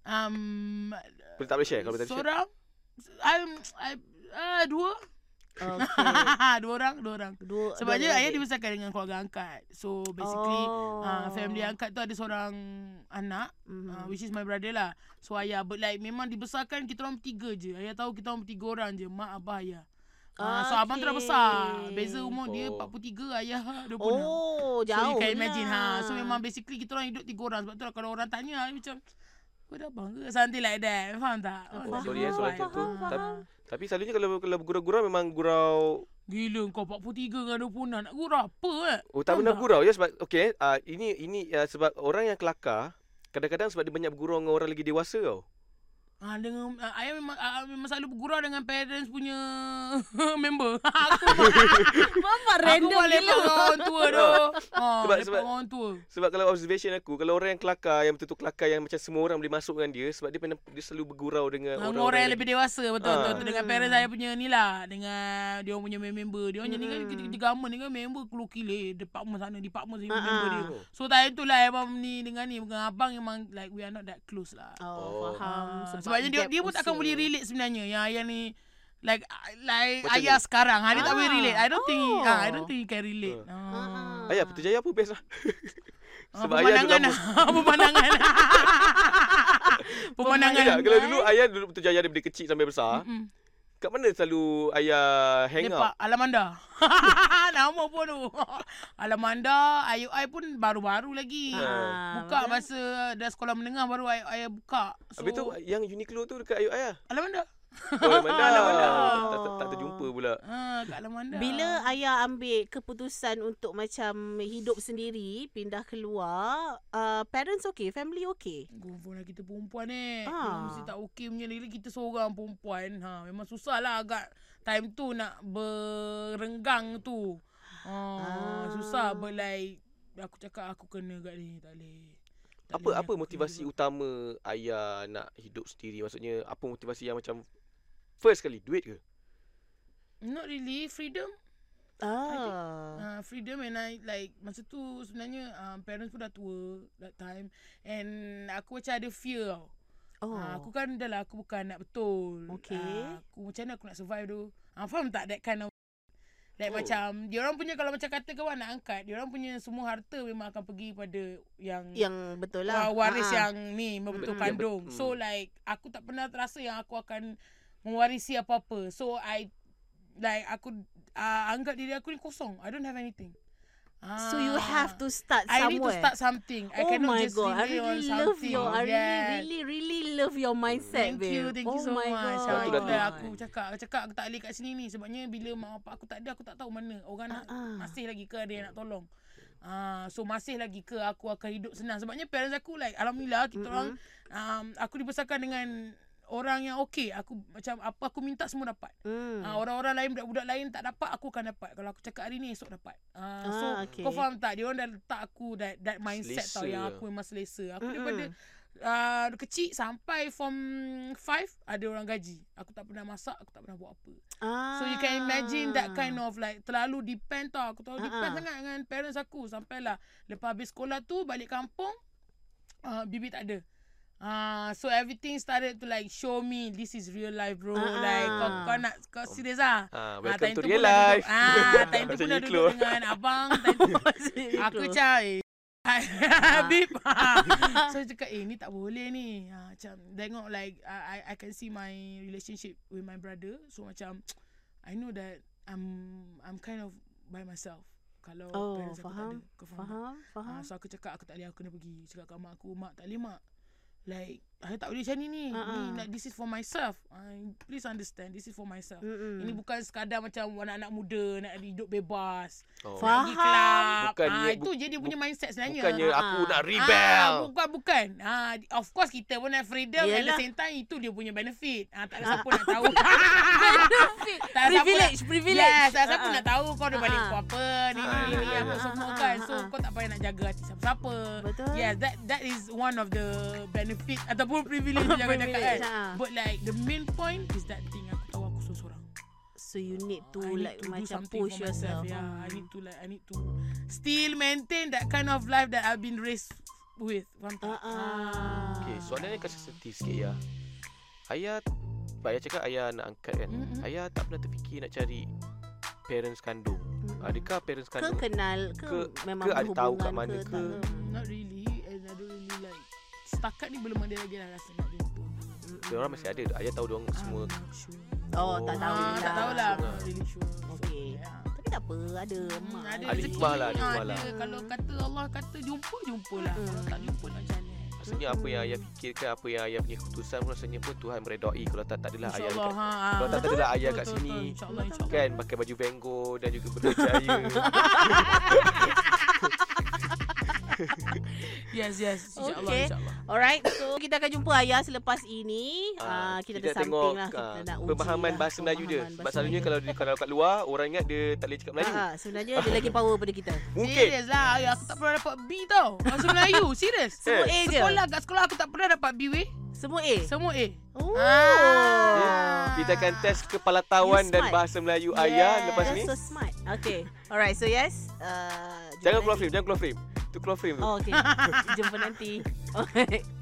[SPEAKER 3] Um,
[SPEAKER 2] Boleh tak boleh share kalau boleh tak boleh share.
[SPEAKER 3] seorang. I'm, I, uh, dua.
[SPEAKER 1] Okay.
[SPEAKER 3] dua orang, dua orang.
[SPEAKER 1] Dua,
[SPEAKER 3] Sebabnya ayah
[SPEAKER 1] adik-beradik.
[SPEAKER 3] dibesarkan dengan keluarga angkat. So basically oh. uh, family angkat tu ada seorang anak
[SPEAKER 1] Mhm.
[SPEAKER 3] mm-hmm. uh, which is my brother lah. So ayah but like memang dibesarkan kita orang bertiga je. Ayah tahu kita orang bertiga orang je, mak abah ayah. Uh, so abang tu dah besar.
[SPEAKER 1] Ah, Okay.
[SPEAKER 3] Beza umur oh. dia
[SPEAKER 2] Oh.
[SPEAKER 3] 43, ayah ha,
[SPEAKER 1] Oh,
[SPEAKER 3] 26. So
[SPEAKER 1] jauh
[SPEAKER 3] you can imagine
[SPEAKER 1] lah.
[SPEAKER 3] ha. So memang basically kita orang hidup tiga orang sebab tu lah kalau orang tanya I macam kau dah abang ke something like that. Faham tak?
[SPEAKER 1] Faham,
[SPEAKER 2] Sorry eh soalan macam tu.
[SPEAKER 1] faham,
[SPEAKER 2] Tapi,
[SPEAKER 1] faham.
[SPEAKER 2] tapi selalunya kalau kalau gurau-gurau memang gurau
[SPEAKER 3] Gila kau 43 dengan 26 nak gurau apa eh?
[SPEAKER 2] Oh tak
[SPEAKER 3] Faham
[SPEAKER 2] benar gurau ya sebab okey uh, ini ini uh, sebab orang yang kelakar kadang-kadang sebab dia banyak bergurau dengan orang lagi dewasa tau.
[SPEAKER 3] Ah dengan ah, ayah memang ah, memang selalu bergurau dengan parents punya member. aku
[SPEAKER 1] Bapak random
[SPEAKER 3] random aku boleh
[SPEAKER 1] gila.
[SPEAKER 3] lepak dengan orang tua tu. Ah,
[SPEAKER 2] Sebab-
[SPEAKER 3] lepak
[SPEAKER 2] sebab-
[SPEAKER 3] dengan orang tua.
[SPEAKER 2] Sebab kalau observation aku kalau orang yang kelakar yang betul-betul kelakar yang macam semua orang boleh masuk dengan dia sebab dia pernah dia selalu bergurau dengan
[SPEAKER 3] Dengan
[SPEAKER 2] orang,
[SPEAKER 3] orang, yang lebih dewasa betul
[SPEAKER 2] Ah.
[SPEAKER 3] betul tu dengan parents saya punya ni lah dengan dia orang punya member dia orang jadi kan
[SPEAKER 1] Hmm.
[SPEAKER 3] kita kerja gaman dengan member keluar kilir department sana department sini
[SPEAKER 1] Ah,
[SPEAKER 3] member
[SPEAKER 1] ah.
[SPEAKER 3] dia so time tu lah abang ni dengan ni dengan abang memang like we are not that close lah
[SPEAKER 1] Oh, faham.
[SPEAKER 3] Ah, sebabnya dia
[SPEAKER 1] gap
[SPEAKER 3] dia pun takkan
[SPEAKER 1] usia.
[SPEAKER 3] boleh relate sebenarnya yang ayah ni like ah, like
[SPEAKER 2] Macam
[SPEAKER 3] ayah sekarang ah, dia tak boleh
[SPEAKER 1] Ah.
[SPEAKER 3] relate I don't think
[SPEAKER 1] Oh.
[SPEAKER 3] ah, I don't think you can relate
[SPEAKER 2] Ah.
[SPEAKER 3] ah.
[SPEAKER 2] Ayah Putrajaya apa best lah.
[SPEAKER 3] Ah,
[SPEAKER 2] Sebab ayah dulu
[SPEAKER 3] pemandangan
[SPEAKER 2] lama.
[SPEAKER 3] lah. pemandangan pemandangan lah, eh.
[SPEAKER 2] Ya, kalau dulu ayah dulu Putrajaya daripada kecil sampai besar.
[SPEAKER 3] Mm.
[SPEAKER 2] Kat mana selalu ayah hang out?
[SPEAKER 3] Lepak Alamanda. Nama pun tu. Alamanda, IUI pun baru-baru lagi.
[SPEAKER 1] Ah,
[SPEAKER 3] Buka
[SPEAKER 1] betul.
[SPEAKER 3] masa dah sekolah menengah baru ayah, ayah buka. So,
[SPEAKER 2] Habis tu yang Uniqlo tu dekat ayah ayah.
[SPEAKER 3] Alamanda.
[SPEAKER 2] Oh, mana?
[SPEAKER 1] mana?
[SPEAKER 2] tak, tak, tak terjumpa pula.
[SPEAKER 3] Ha, kat Alamanda.
[SPEAKER 1] Bila ayah ambil keputusan untuk macam hidup sendiri, pindah keluar, uh, parents okay, family okay.
[SPEAKER 3] Confirm lah kita perempuan eh.
[SPEAKER 1] Ah.
[SPEAKER 3] Ha. Mesti tak okey punya lagi kita seorang perempuan. Ha, memang susah lah agak time tu nak berenggang tu. Ha,
[SPEAKER 1] Ah.
[SPEAKER 3] Susah but like aku cakap aku kena kat ni tak boleh. Tak boleh ni,
[SPEAKER 2] Apa apa
[SPEAKER 3] aku kena
[SPEAKER 2] motivasi
[SPEAKER 3] juga.
[SPEAKER 2] utama ayah nak hidup sendiri? Maksudnya apa motivasi yang macam first kali duit ke?
[SPEAKER 3] Not really freedom.
[SPEAKER 1] Ah.
[SPEAKER 3] Uh, freedom and I like masa tu sebenarnya um, parents pun dah tua that time and aku macam ada fear tau.
[SPEAKER 1] Oh.
[SPEAKER 3] Oh. Uh, aku kan dah lah aku bukan anak betul.
[SPEAKER 1] Okay.
[SPEAKER 3] Uh, aku macam mana aku nak survive tu? Uh, faham tak that kind of
[SPEAKER 2] Oh.
[SPEAKER 3] Like oh. macam dia orang punya kalau macam kata kau anak angkat, dia orang punya semua harta memang akan pergi pada yang
[SPEAKER 1] yang betul lah.
[SPEAKER 3] Wa- waris
[SPEAKER 1] Ah, ah.
[SPEAKER 3] yang ni membentuk
[SPEAKER 1] Mm.
[SPEAKER 3] kandung.
[SPEAKER 2] Yang bet-
[SPEAKER 3] So
[SPEAKER 2] mm.
[SPEAKER 3] like aku tak pernah terasa yang aku akan mewarisi apa-apa. So I like aku uh, anggap diri aku ni kosong. I don't have anything. Ah.
[SPEAKER 1] So you have to start
[SPEAKER 3] I
[SPEAKER 1] somewhere.
[SPEAKER 3] need to start something. I
[SPEAKER 1] oh my
[SPEAKER 3] cannot just
[SPEAKER 1] god, I
[SPEAKER 3] rely on
[SPEAKER 1] really love
[SPEAKER 3] something.
[SPEAKER 1] your, I
[SPEAKER 3] Yes.
[SPEAKER 1] really, really, really love your mindset,
[SPEAKER 3] Thank
[SPEAKER 1] babe.
[SPEAKER 3] you, thank you
[SPEAKER 1] oh
[SPEAKER 3] so
[SPEAKER 1] my God.
[SPEAKER 3] much. Ha,
[SPEAKER 2] Betul,
[SPEAKER 3] itu
[SPEAKER 2] betul.
[SPEAKER 3] dah aku cakap. Aku cakap aku tak boleh kat sini ni. Sebabnya bila mak bapak aku tak ada, aku tak tahu mana. Orang nak,
[SPEAKER 1] Ah, ah.
[SPEAKER 3] masih lagi ke ada yang nak tolong. Ah, so masih lagi ke aku akan hidup senang. Sebabnya parents aku like, Alhamdulillah kita orang, um, aku dibesarkan dengan orang yang okey. Aku macam apa aku minta semua dapat.
[SPEAKER 1] Hmm.
[SPEAKER 3] Ah, orang-orang lain budak-budak lain tak dapat aku akan dapat. Kalau aku cakap hari ni esok dapat. Ah, so
[SPEAKER 1] Ah, okay.
[SPEAKER 3] kau faham tak? Dia orang dah letak aku that that mindset tau
[SPEAKER 2] Selesa.
[SPEAKER 3] yang aku memang selesa. Aku
[SPEAKER 1] Mm-mm.
[SPEAKER 3] mm daripada uh, kecil sampai form 5 ada orang gaji. Aku tak pernah masak, aku tak pernah buat apa. So you can imagine that kind of like terlalu depend tau. Aku terlalu
[SPEAKER 1] Ah,
[SPEAKER 3] depend
[SPEAKER 1] ah.
[SPEAKER 3] sangat dengan parents aku sampailah lepas habis sekolah tu balik kampung uh, bibi tak ada. Ah, uh, so everything started to like show me this is real life bro.
[SPEAKER 1] Ah,
[SPEAKER 3] Like kau
[SPEAKER 1] ah.
[SPEAKER 3] kau nak kau serius ah.
[SPEAKER 2] Ha,
[SPEAKER 3] Ah,
[SPEAKER 2] welcome
[SPEAKER 3] time
[SPEAKER 2] to
[SPEAKER 3] tu
[SPEAKER 2] real
[SPEAKER 3] pun dah
[SPEAKER 2] life.
[SPEAKER 3] Duduk, ah, time tu
[SPEAKER 2] Macam
[SPEAKER 3] pun dah
[SPEAKER 2] Uniqlo.
[SPEAKER 3] duduk dengan abang. Time tu, aku Ah. cakap, eh. Bip. so, dia cakap, eh, ni tak boleh ni. Ah, macam, tengok like, I, I- I can see my relationship with my brother. So, macam, I know that I'm I'm kind of by myself. Kalau
[SPEAKER 1] Oh,
[SPEAKER 3] parents aku
[SPEAKER 1] faham,
[SPEAKER 3] tak ada. Kau faham? tak?
[SPEAKER 1] Faham,
[SPEAKER 3] Ah,
[SPEAKER 1] faham.
[SPEAKER 3] so, aku cakap, aku tak boleh, aku kena pergi. Cakap kat mak aku, mak tak boleh, mak. Like, saya tak boleh macam ni ni.
[SPEAKER 1] Ah,
[SPEAKER 3] Ni
[SPEAKER 1] ah.
[SPEAKER 3] like this is for myself. I please understand this is for myself.
[SPEAKER 1] Mm-mm.
[SPEAKER 3] Ini bukan sekadar macam anak-anak muda nak hidup bebas.
[SPEAKER 2] Oh.
[SPEAKER 1] Faham.
[SPEAKER 3] Pergi club.
[SPEAKER 2] Bukan
[SPEAKER 3] ah,
[SPEAKER 2] dia-
[SPEAKER 3] itu je dia punya mindset sebenarnya.
[SPEAKER 2] Bukannya aku
[SPEAKER 1] Ah.
[SPEAKER 2] nak rebel.
[SPEAKER 3] Ah, bukan bukan. Ah, of course kita pun have freedom Yelah. at the
[SPEAKER 1] Yelah.
[SPEAKER 3] same time itu dia punya benefit. Ah, tak ada siapa nak tahu. ah, tak ada siapa nak
[SPEAKER 1] Privilege, privilege.
[SPEAKER 3] Yes, tak ada siapa
[SPEAKER 1] Ah, ah.
[SPEAKER 3] nak tahu kau ada
[SPEAKER 1] Ah,
[SPEAKER 3] balik
[SPEAKER 1] ah.
[SPEAKER 3] kau apa, ni ni
[SPEAKER 2] Ah,
[SPEAKER 3] ni, ni
[SPEAKER 2] ah,
[SPEAKER 3] apa
[SPEAKER 2] ah,
[SPEAKER 3] semua
[SPEAKER 1] ah,
[SPEAKER 3] kan.
[SPEAKER 1] ah,
[SPEAKER 3] So
[SPEAKER 1] ah.
[SPEAKER 3] kau tak payah nak jaga hati siapa-siapa.
[SPEAKER 1] Betul.
[SPEAKER 3] Yes, that that is one of the benefit ataupun privilege yang aku cakap kan.
[SPEAKER 1] Privilege, ah.
[SPEAKER 3] But like the main point is that thing aku tahu aku seorang.
[SPEAKER 1] So you need to
[SPEAKER 3] I need
[SPEAKER 1] like
[SPEAKER 3] to do
[SPEAKER 1] macam
[SPEAKER 3] something
[SPEAKER 1] push
[SPEAKER 3] for
[SPEAKER 1] yourself.
[SPEAKER 3] myself, Yeah,
[SPEAKER 1] Ah.
[SPEAKER 3] I need to like I need to still maintain that kind of life that I've been raised with. Faham tak?
[SPEAKER 1] Ah, ah.
[SPEAKER 2] Okay, soalan ni kasi sensitif sikit ya. Ayah sebab ayah cakap ayah nak angkat kan.
[SPEAKER 3] Mm-mm.
[SPEAKER 2] Mm-hmm. Ayah tak pernah terfikir nak cari parents kandung.
[SPEAKER 1] Mm-mm.
[SPEAKER 2] Adakah parents
[SPEAKER 1] Ke
[SPEAKER 2] kandung?
[SPEAKER 1] kenal ke,
[SPEAKER 2] Ke-
[SPEAKER 1] memang
[SPEAKER 2] ke ada
[SPEAKER 1] berhubungan
[SPEAKER 2] tahu kat mana
[SPEAKER 1] tak
[SPEAKER 2] ke?
[SPEAKER 3] Not really and I don't really like setakat ni belum ada lagi lah rasa nak jumpa.
[SPEAKER 2] Dia orang masih ada. Ayah tahu dia orang semua.
[SPEAKER 3] I'm not sure.
[SPEAKER 1] Oh, tak
[SPEAKER 2] Oh.
[SPEAKER 1] tahu
[SPEAKER 3] Ah,
[SPEAKER 1] lah.
[SPEAKER 3] tak tahulah. I'm
[SPEAKER 2] Sure.
[SPEAKER 3] not really sure.
[SPEAKER 1] Okay.
[SPEAKER 3] So, yeah.
[SPEAKER 1] Tapi tak apa, ada mak.
[SPEAKER 3] Hmm, ada
[SPEAKER 2] Ada
[SPEAKER 3] rezeki,
[SPEAKER 2] hikmah lah, ada
[SPEAKER 3] ah,
[SPEAKER 2] hikmah lah.
[SPEAKER 3] ada. Kalau kata Allah kata jumpa, jumpa lah.
[SPEAKER 1] Mm.
[SPEAKER 3] Kalau tak jumpa nak macam mana?
[SPEAKER 2] Rasanya apa yang ayah fikirkan, apa yang ayah punya keputusan pun rasanya pun Tuhan meredai. Kalau tak, tak adalah Lah, ayah
[SPEAKER 3] InsyaAllah.
[SPEAKER 2] dekat,
[SPEAKER 3] ha, ah.
[SPEAKER 2] Kalau tak, tak adalah ayah
[SPEAKER 3] Betul,
[SPEAKER 2] kat
[SPEAKER 3] betul,
[SPEAKER 2] sini.
[SPEAKER 3] betul. InsyaAllah, insyaAllah.
[SPEAKER 2] Kan pakai baju Van Gogh dan juga berjaya. Ah,
[SPEAKER 3] Yes, yes. InsyaAllah,
[SPEAKER 1] Okay.
[SPEAKER 3] insyaAllah.
[SPEAKER 1] Alright, so kita akan jumpa Ayah selepas ini.
[SPEAKER 2] Ah,
[SPEAKER 1] Ah, kita, kita tengok lah,
[SPEAKER 2] ah,
[SPEAKER 1] kita nak uji
[SPEAKER 2] pemahaman
[SPEAKER 1] lah
[SPEAKER 2] bahasa Melayu dia.
[SPEAKER 1] pemahaman
[SPEAKER 2] Sebab
[SPEAKER 1] bahasa
[SPEAKER 2] selalunya
[SPEAKER 1] Melayu.
[SPEAKER 2] kalau dia, kalau kat luar orang ingat dia tak boleh cakap Melayu.
[SPEAKER 1] Ah, ah, sebenarnya dia lagi power pada kita.
[SPEAKER 2] Mungkin
[SPEAKER 3] Serius lah. Ayah, aku tak pernah dapat B tau. Bahasa Melayu. Serius.
[SPEAKER 1] Semua A je.
[SPEAKER 3] Sekolah kat sekolah aku tak pernah dapat B weh.
[SPEAKER 1] Semua A.
[SPEAKER 3] Semua A.
[SPEAKER 1] Oh.
[SPEAKER 3] Ah.
[SPEAKER 2] Hmm. kita akan test kepalatahuan
[SPEAKER 1] You
[SPEAKER 2] dan
[SPEAKER 1] smart.
[SPEAKER 2] bahasa Melayu
[SPEAKER 3] Yes.
[SPEAKER 2] ayah lepas
[SPEAKER 1] That's
[SPEAKER 2] ni.
[SPEAKER 1] so smart. Okay. Alright, so yes. Uh, jumpa
[SPEAKER 2] Jangan
[SPEAKER 1] nanti.
[SPEAKER 2] keluar frame, jangan keluar frame. Tu keluar frame tu.
[SPEAKER 1] Oh, okay. jumpa nanti. Alright.